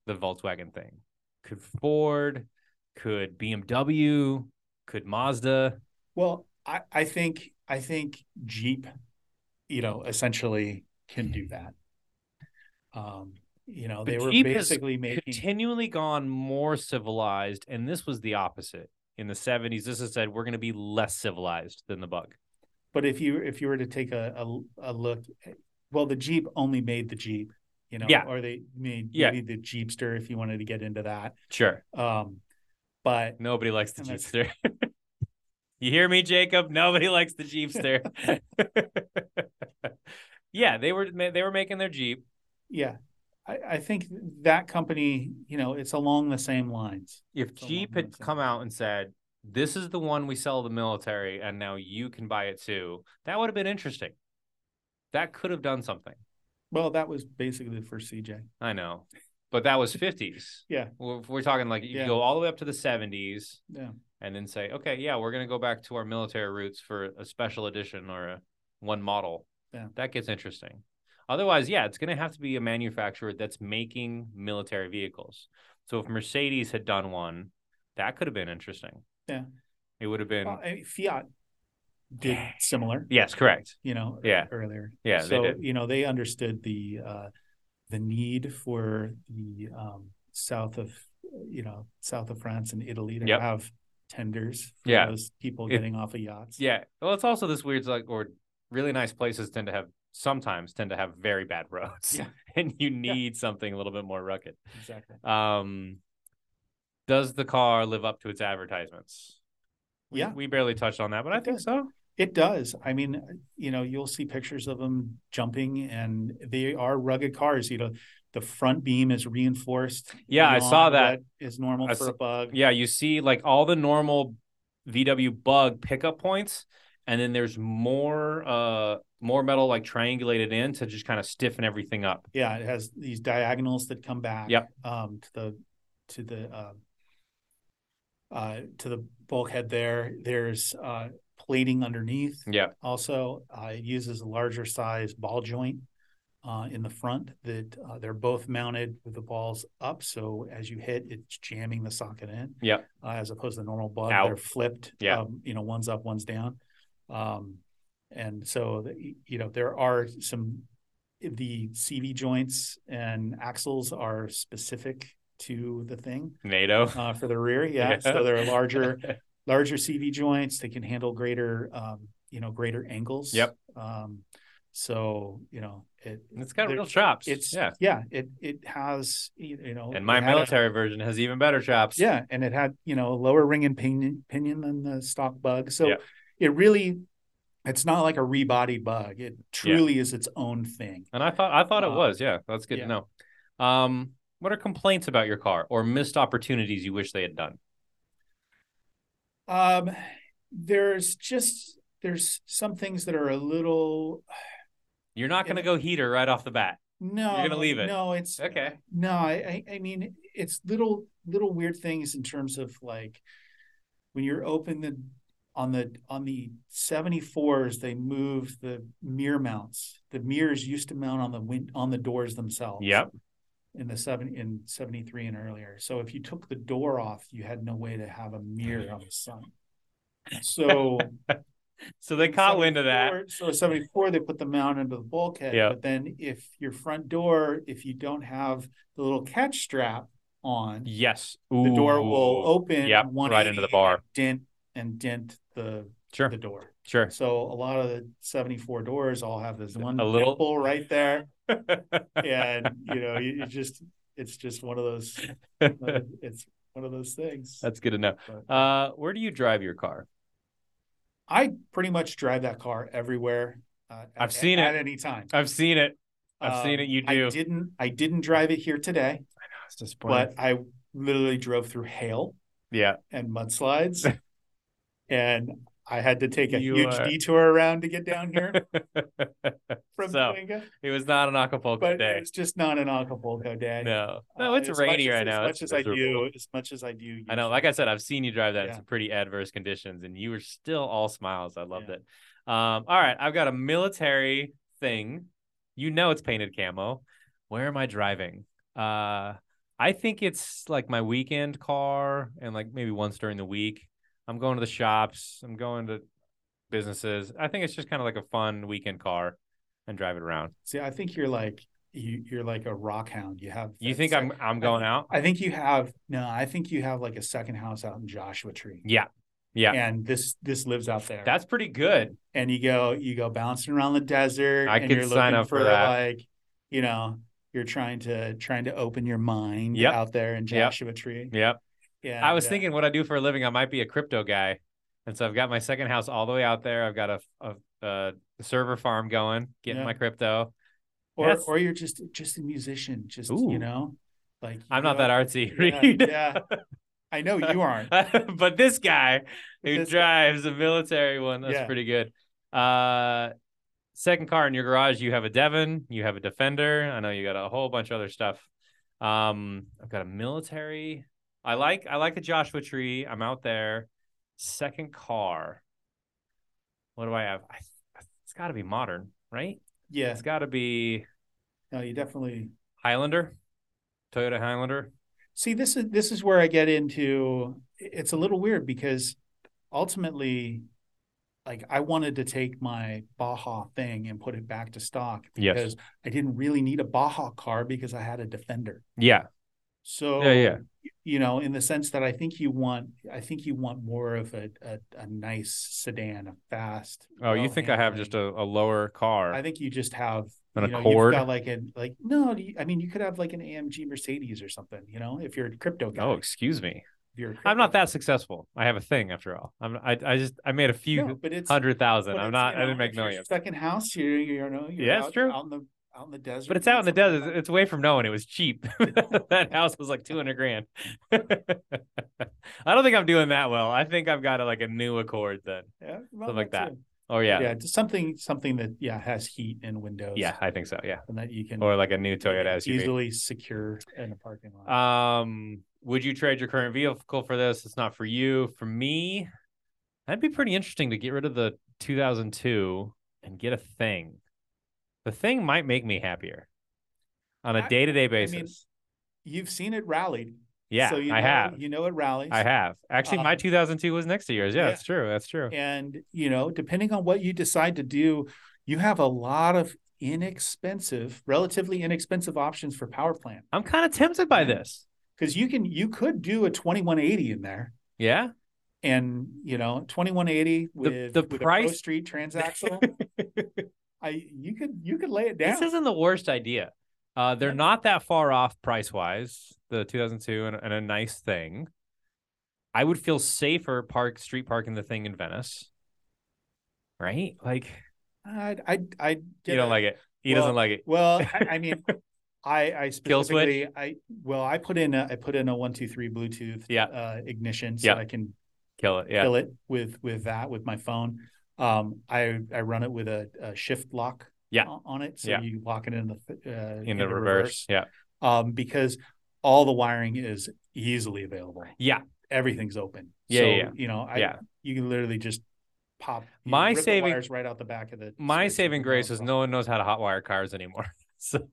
the Volkswagen thing? Could Ford, could BMW, could Mazda? Well, I, I think I think Jeep, you know, essentially can do that. Um, you know, But they were Jeep has basically making continually gone more civilized, and this was the opposite. In the 70s, this is said we're going to be less civilized than the bug. but if you if you were to take a, a, a look well the Jeep only made the Jeep, you know, Yeah. or they made Yeah. maybe the Jeepster if you wanted to get into that. Sure. Um but Nobody likes the And that's- Jeepster. [LAUGHS] you hear me, Jacob? Nobody likes the [LAUGHS] Jeepster. [LAUGHS] yeah, they were ma- they were making their Jeep. yeah, I, I think that company, you know, it's along the same lines. If It's a Jeep long had time. come out and said, "This is the one we sell the military, and now you can buy it too," that would have been interesting. That could have done something. Well, that was basically the first CJ. I know, but that was fifties. Yeah. Well, if we're talking like you Yeah. go all the way up to the seventies. Yeah. and then say, okay, yeah, we're going to go back to our military roots for a special edition or a one model. Yeah. That gets interesting. Otherwise, yeah, it's going to have to be a manufacturer that's making military vehicles. So if Mercedes had done one, that could have been interesting. Yeah. It would have been. Well, I mean, Uh, Fiat [SIGHS] did similar, yes, correct. you know, ear- Yeah. earlier. Yeah, they So, did. you know, they understood the uh the need for the um south of you know, south of France and Italy to Yep. have tenders for Yeah. those people It- getting off of yachts. Yeah. Well, it's also this weird, like, or really nice places tend to have sometimes tend to have very bad roads. Yeah. [LAUGHS] and you need something a little bit more rugged. Exactly. Um, does the car live up to its advertisements? We, Yeah. we barely touched on that, but I It think does. so. It does. I mean, you know, you'll see pictures of them jumping and they are rugged cars. You know, the front beam is reinforced. Yeah, I saw beyond that. what is normal I for s- a bug. Yeah, you see like all the normal VW bug pickup points, and then there's more uh more metal like triangulated in to just kind of stiffen everything up. Yeah, it has these diagonals that come back. Yep. Um, to the to the um, uh, to the bulkhead there. There's uh, plating underneath. Yeah. Also, uh, it uses a larger size ball joint uh, in the front that uh, they're both mounted with the balls up. So as you hit, it's jamming the socket in. Yep. Uh, as opposed to the normal bug, Out. they're flipped. Yeah. Um, you know, one's up, one's down. Um, and so, the- you know, there are some, the CV joints and axles are specific to the thing NATO. uh, for the rear. Yeah. Yeah. So they're larger, larger CV joints. They can handle greater, um, you know, greater angles. Yep. Um, so, you know, it, [LAUGHS] It's got there- real chops. it's, yeah. yeah. yeah, it, it has, you you know, And my it had a- military version has even better chops. yeah, and it had you know a lower ring and pinion, pinion than the stock bug. So Yeah. it really, it's not like a rebodied bug. It truly is its own thing. And I thought I thought it Uh, was. Yeah, that's good yeah. to know. Um, what are complaints about your car or missed opportunities you wish they had done? Um, there's just there's some things that are a little You're not going to go heater right off the bat. no. gonna leave it. No, it's Okay. No, I, I I mean it's little little weird things in terms of like when you're open the on the on the 74s they moved the mirror mounts. The mirrors used to mount on the win- on the doors themselves. Yep. In the seven in 73 and earlier. So if you took the door off, you had no way to have a mirror on the sun. So So they caught wind of that. 74 So 74, they put the mount into the bulkhead. Yeah. But then if your front door, if you don't have the little catch strap on, Yes. the door Ooh. will open Yep, right 180 into the bar. dent and dent the Sure. the door. [LAUGHS] Sure. So a lot of the 74 doors all have this one A little- nipple [LAUGHS] right there. and you know, you, you just it's just one of those it's one of those things. That's good to [LAUGHS] know. But- Uh, where do you drive your car? I pretty much drive that car everywhere. Uh, I've at- seen at it. any time. I've seen it. I've Um, seen it. You I do. didn't. I didn't drive it here today, It's disappointing. but I literally drove through hail yeah. and [LAUGHS] mudslides, and I had to take a You huge are- detour around to get [LAUGHS] down here from So, Cahuenga. it was not an Acapulco But day. it's just not an Acapulco day. No. Uh, No, it's as rainy much as- right now. As It's much as I miserable. do, as much as I do, I know. Like I said, I've seen you drive that in Yeah. some pretty adverse conditions, and you were still all smiles. I loved Yeah. it. Um, all right, I've got a military thing. You know it's painted camo. Where am I driving? Uh, I think it's like my weekend car, and like maybe once during the week. I'm going to the shops. I'm going to businesses. I think it's just kind of like a fun weekend car, and drive it around. see, I think you're like you, you're like a rock hound. You have. You that think sec- I'm I'm going out? I think you have no. I think you have like a second house out in Joshua Tree, Yeah, yeah. and this this lives out there. That's pretty good. and you go you go bouncing around the desert. I and could you're sign looking up for for that. Like you know, you're trying to trying to open your mind Yep. out there in Yep. Joshua Tree. Yep. Uh, Yeah, I was thinking what I do for a living. I might be a crypto guy, and so I've got my second house all the way out there. I've got a a, a server farm going, getting Yeah. my crypto. or that's- or you're just just a musician, just Ooh. you know, like you I'm not go- that artsy, [LAUGHS] yeah, Reed. yeah, [LAUGHS] I know you aren't. but this guy who This guy. drives a military one, that's Yeah. pretty good. Uh, second car in your garage, you have a Devon, you have a Defender. I know you got a whole bunch of other stuff. Um, I've got a military. I like I like the Joshua tree. I'm out there. Second car. What do I have? I, it's got to be modern, right? Yeah, It's got to be no, you definitely Highlander, Toyota Highlander. see this is this is where I get into. It's a little weird because ultimately. Like I wanted to take my Baja thing and put it back to stock Yes. because I didn't really need a Baja car because I had a Defender. Yeah. So Yeah, yeah. you know, in the sense that I think you want, I think you want more of a a, a nice sedan, a fast. Oh, you think I have just well-handling. a, a lower car? I think you just have An you know, Accord? You've got like a like no, you- I mean you could have like an AMG Mercedes or something. You know, if you're a crypto guy. Oh, excuse me. if you're a I'm not crypto that successful. I have a thing after all. I'm I, I just I made a guy. few No, but it's hundred thousand. but I'm it's, not I you know, didn't if make you're millions. Second house, you you know you're Yeah, it's out, true. out in the out in the desert. But it's out in the doing something like desert. It's away from no one. It was cheap. [LAUGHS] that house was like two hundred grand. [LAUGHS] I don't think I'm doing that well. I think I've got a, like a new Accord then. that. Yeah, well, something like that's that. it. Oh yeah. yeah, Yeah, just something something that yeah has heat and windows. I think so. Yeah, and that you can or like a new you can Toyota SUV. easily secure in a parking lot. Um, would you trade your current vehicle for this? It's not for you. For me, that'd be pretty interesting to get rid of the 2002 and get a thing. The thing might make me happier on a I- day to day mean, basis. You've seen it rallied. yeah, so you know, I have. You know it rallies. I have. Actually, my Um, 2002 was next to yours. Yeah, yeah. that's true. That's true. And you know, depending on what you decide to do, you have a lot of inexpensive, relatively inexpensive options for power plant I'm kind of tempted by Yeah. this. because you can you could do a 2180 in there. Yeah. And you know, 2180 with the with a price- [LAUGHS] pro street transaxle. I you could you could lay it down. This isn't the worst idea. Uh, they're Yeah. not that far off price wise. The 2002 and, and a nice thing. I would feel safer park street parking the thing in Venice, right? Like I I I you don't like it. He Well, doesn't like it. Well, I, [LAUGHS] I mean, I I Kill switch? specifically I well I put in a, I put in a one two three Bluetooth Yeah. uh, ignition so Yeah. I can Kill it. Yeah. kill it with with that with my phone. Um, I I run it with a, a shift lock. Yeah. o- On it, so Yeah. you lock it in the uh, in the reverse. Yeah. um, because all the wiring is easily available. Yeah. Everything's open. Yeah, so, yeah, yeah. You know, I, Yeah. you can literally just pop you My rip the saving- wires right out the back of the. My switch and saving no grace is problem. no one knows how to hotwire cars anymore. [LAUGHS] So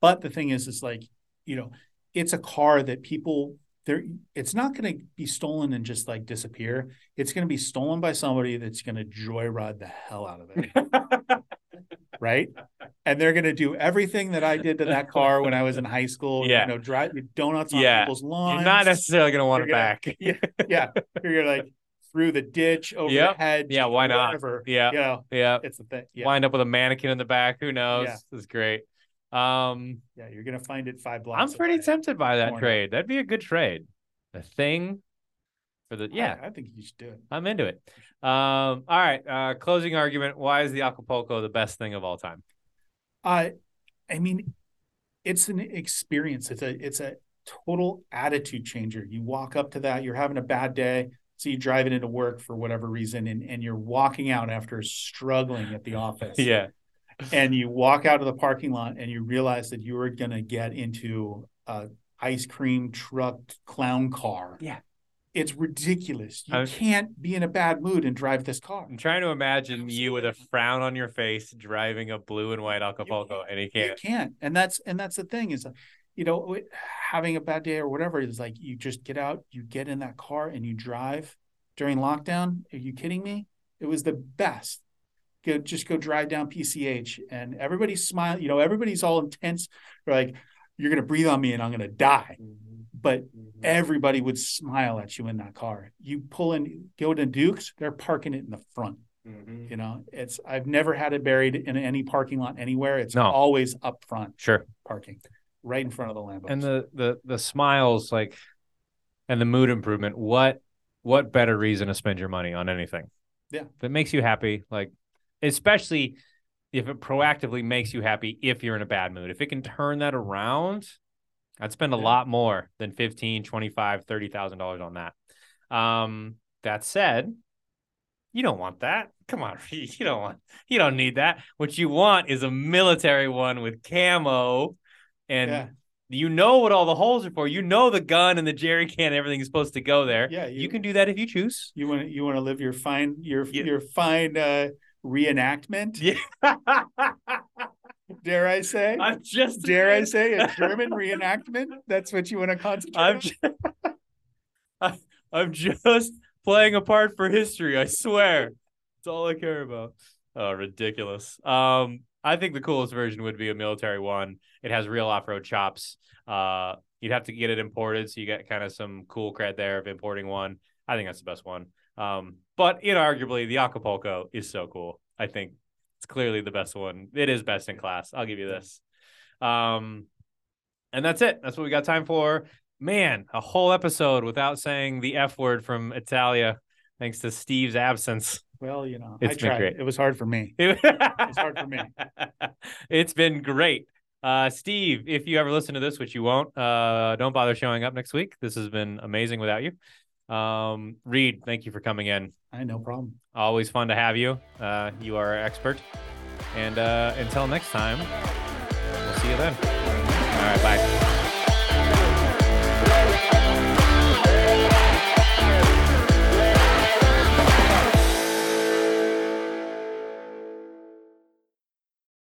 But the thing is, is like you know, it's a car that people there. It's not going to be stolen and just like disappear. It's going to be stolen by somebody that's going to joyride the hell out of it. [LAUGHS] right? And they're going to do everything that I did to that car when I was in high school. Yeah. You know, drive your donuts on Yeah. people's lawns. you're not necessarily going to want it You're gonna- back. [LAUGHS] yeah, yeah. Or [LAUGHS] You're like through the ditch, over Yep. the hedge. [LAUGHS] Yeah, why not? Whatever. Yeah. You know, Yeah. it's the thing. Yeah, Wind up with a mannequin in the back. Who knows? Yeah. This is great. Um, yeah. You're gonna find it five blocks. I'm pretty away. tempted by that Corner. trade. That'd be a good trade. The thing for the I- yeah, I, think you should do it. I'm into it. Um, all right. Uh, closing argument. Why is the Acapulco the best thing of all time? I, Uh, I mean, it's an experience. It's a it's a total attitude changer. You walk up to that. You're having a bad day. So you drive it into work for whatever reason, and, and you're walking out after struggling at [LAUGHS] the office. Yeah. and you walk out of the parking lot and you realize that you are going to get into a ice cream truck clown car. Yeah. It's ridiculous. You I- can't be in a bad mood and drive this car. I'm trying to imagine you with a frown on your face driving a blue and white Acapulco, and he You can't. can't. And that's and that's the thing is you know w- having a bad day or whatever is like you just get out, you get in that car and you drive during lockdown. Are you kidding me? It was the best. Go just go drive down PCH and everybody's smiling, you know, everybody's all intense. They're like you're going to breathe on me and I'm going to die. But everybody would smile at you in that car. You pull in, go to Duke's, they're parking it in the front. You know, it's I've never had it buried in any parking lot anywhere. It's No. always up front Sure. parking, right in front of the Lambo. And the the the smiles, like, and the mood improvement. What what better reason to spend your money on anything? Yeah. that makes you happy. Like, especially if it proactively makes you happy. If you're in a bad mood, if it can turn that around, I'd spend a Yeah. lot more than 15, 25, 30,000 dollars on that. Um, that said, you don't want that. Come on, [LAUGHS] you don't want you don't need that. What you want is a military one with camo and yeah, you know what all the holes are for. You know the gun and the jerry can, and everything is supposed to go there. yeah, You can do that if you choose. you want to you want to live your fine your Yeah. your fine uh, reenactment. Yeah. [LAUGHS] Dare I say? I'm just dare I say a German reenactment? That's what you want to concentrate I'm on? just, [LAUGHS] I'm just playing a part for history. I swear, it's all I care about. Oh, ridiculous. Um, I think the coolest version would be a military one. It has real off-road chops. Uh, you'd have to get it imported, so you got kind of some cool cred there of importing one. I think that's the best one. Um, but inarguably, the Acapulco is so cool. I think it's clearly the best one. It is best in class. I'll give you this. Um, and that's it. That's what we got time for. Man, a whole episode without saying the F word from Italia, thanks to Steve's absence. [LAUGHS] Well, you know, It's I been tried. great. It was hard for me. it's hard for me. It's been great. Uh, Steve, if you ever listen to this, which you won't, uh, don't bother showing up next week. This has been amazing without you. Um, Reed, thank you for coming in. I no problem. Always fun to have you. Uh, you are our expert. And uh, until next time, we'll see you then. All right, bye.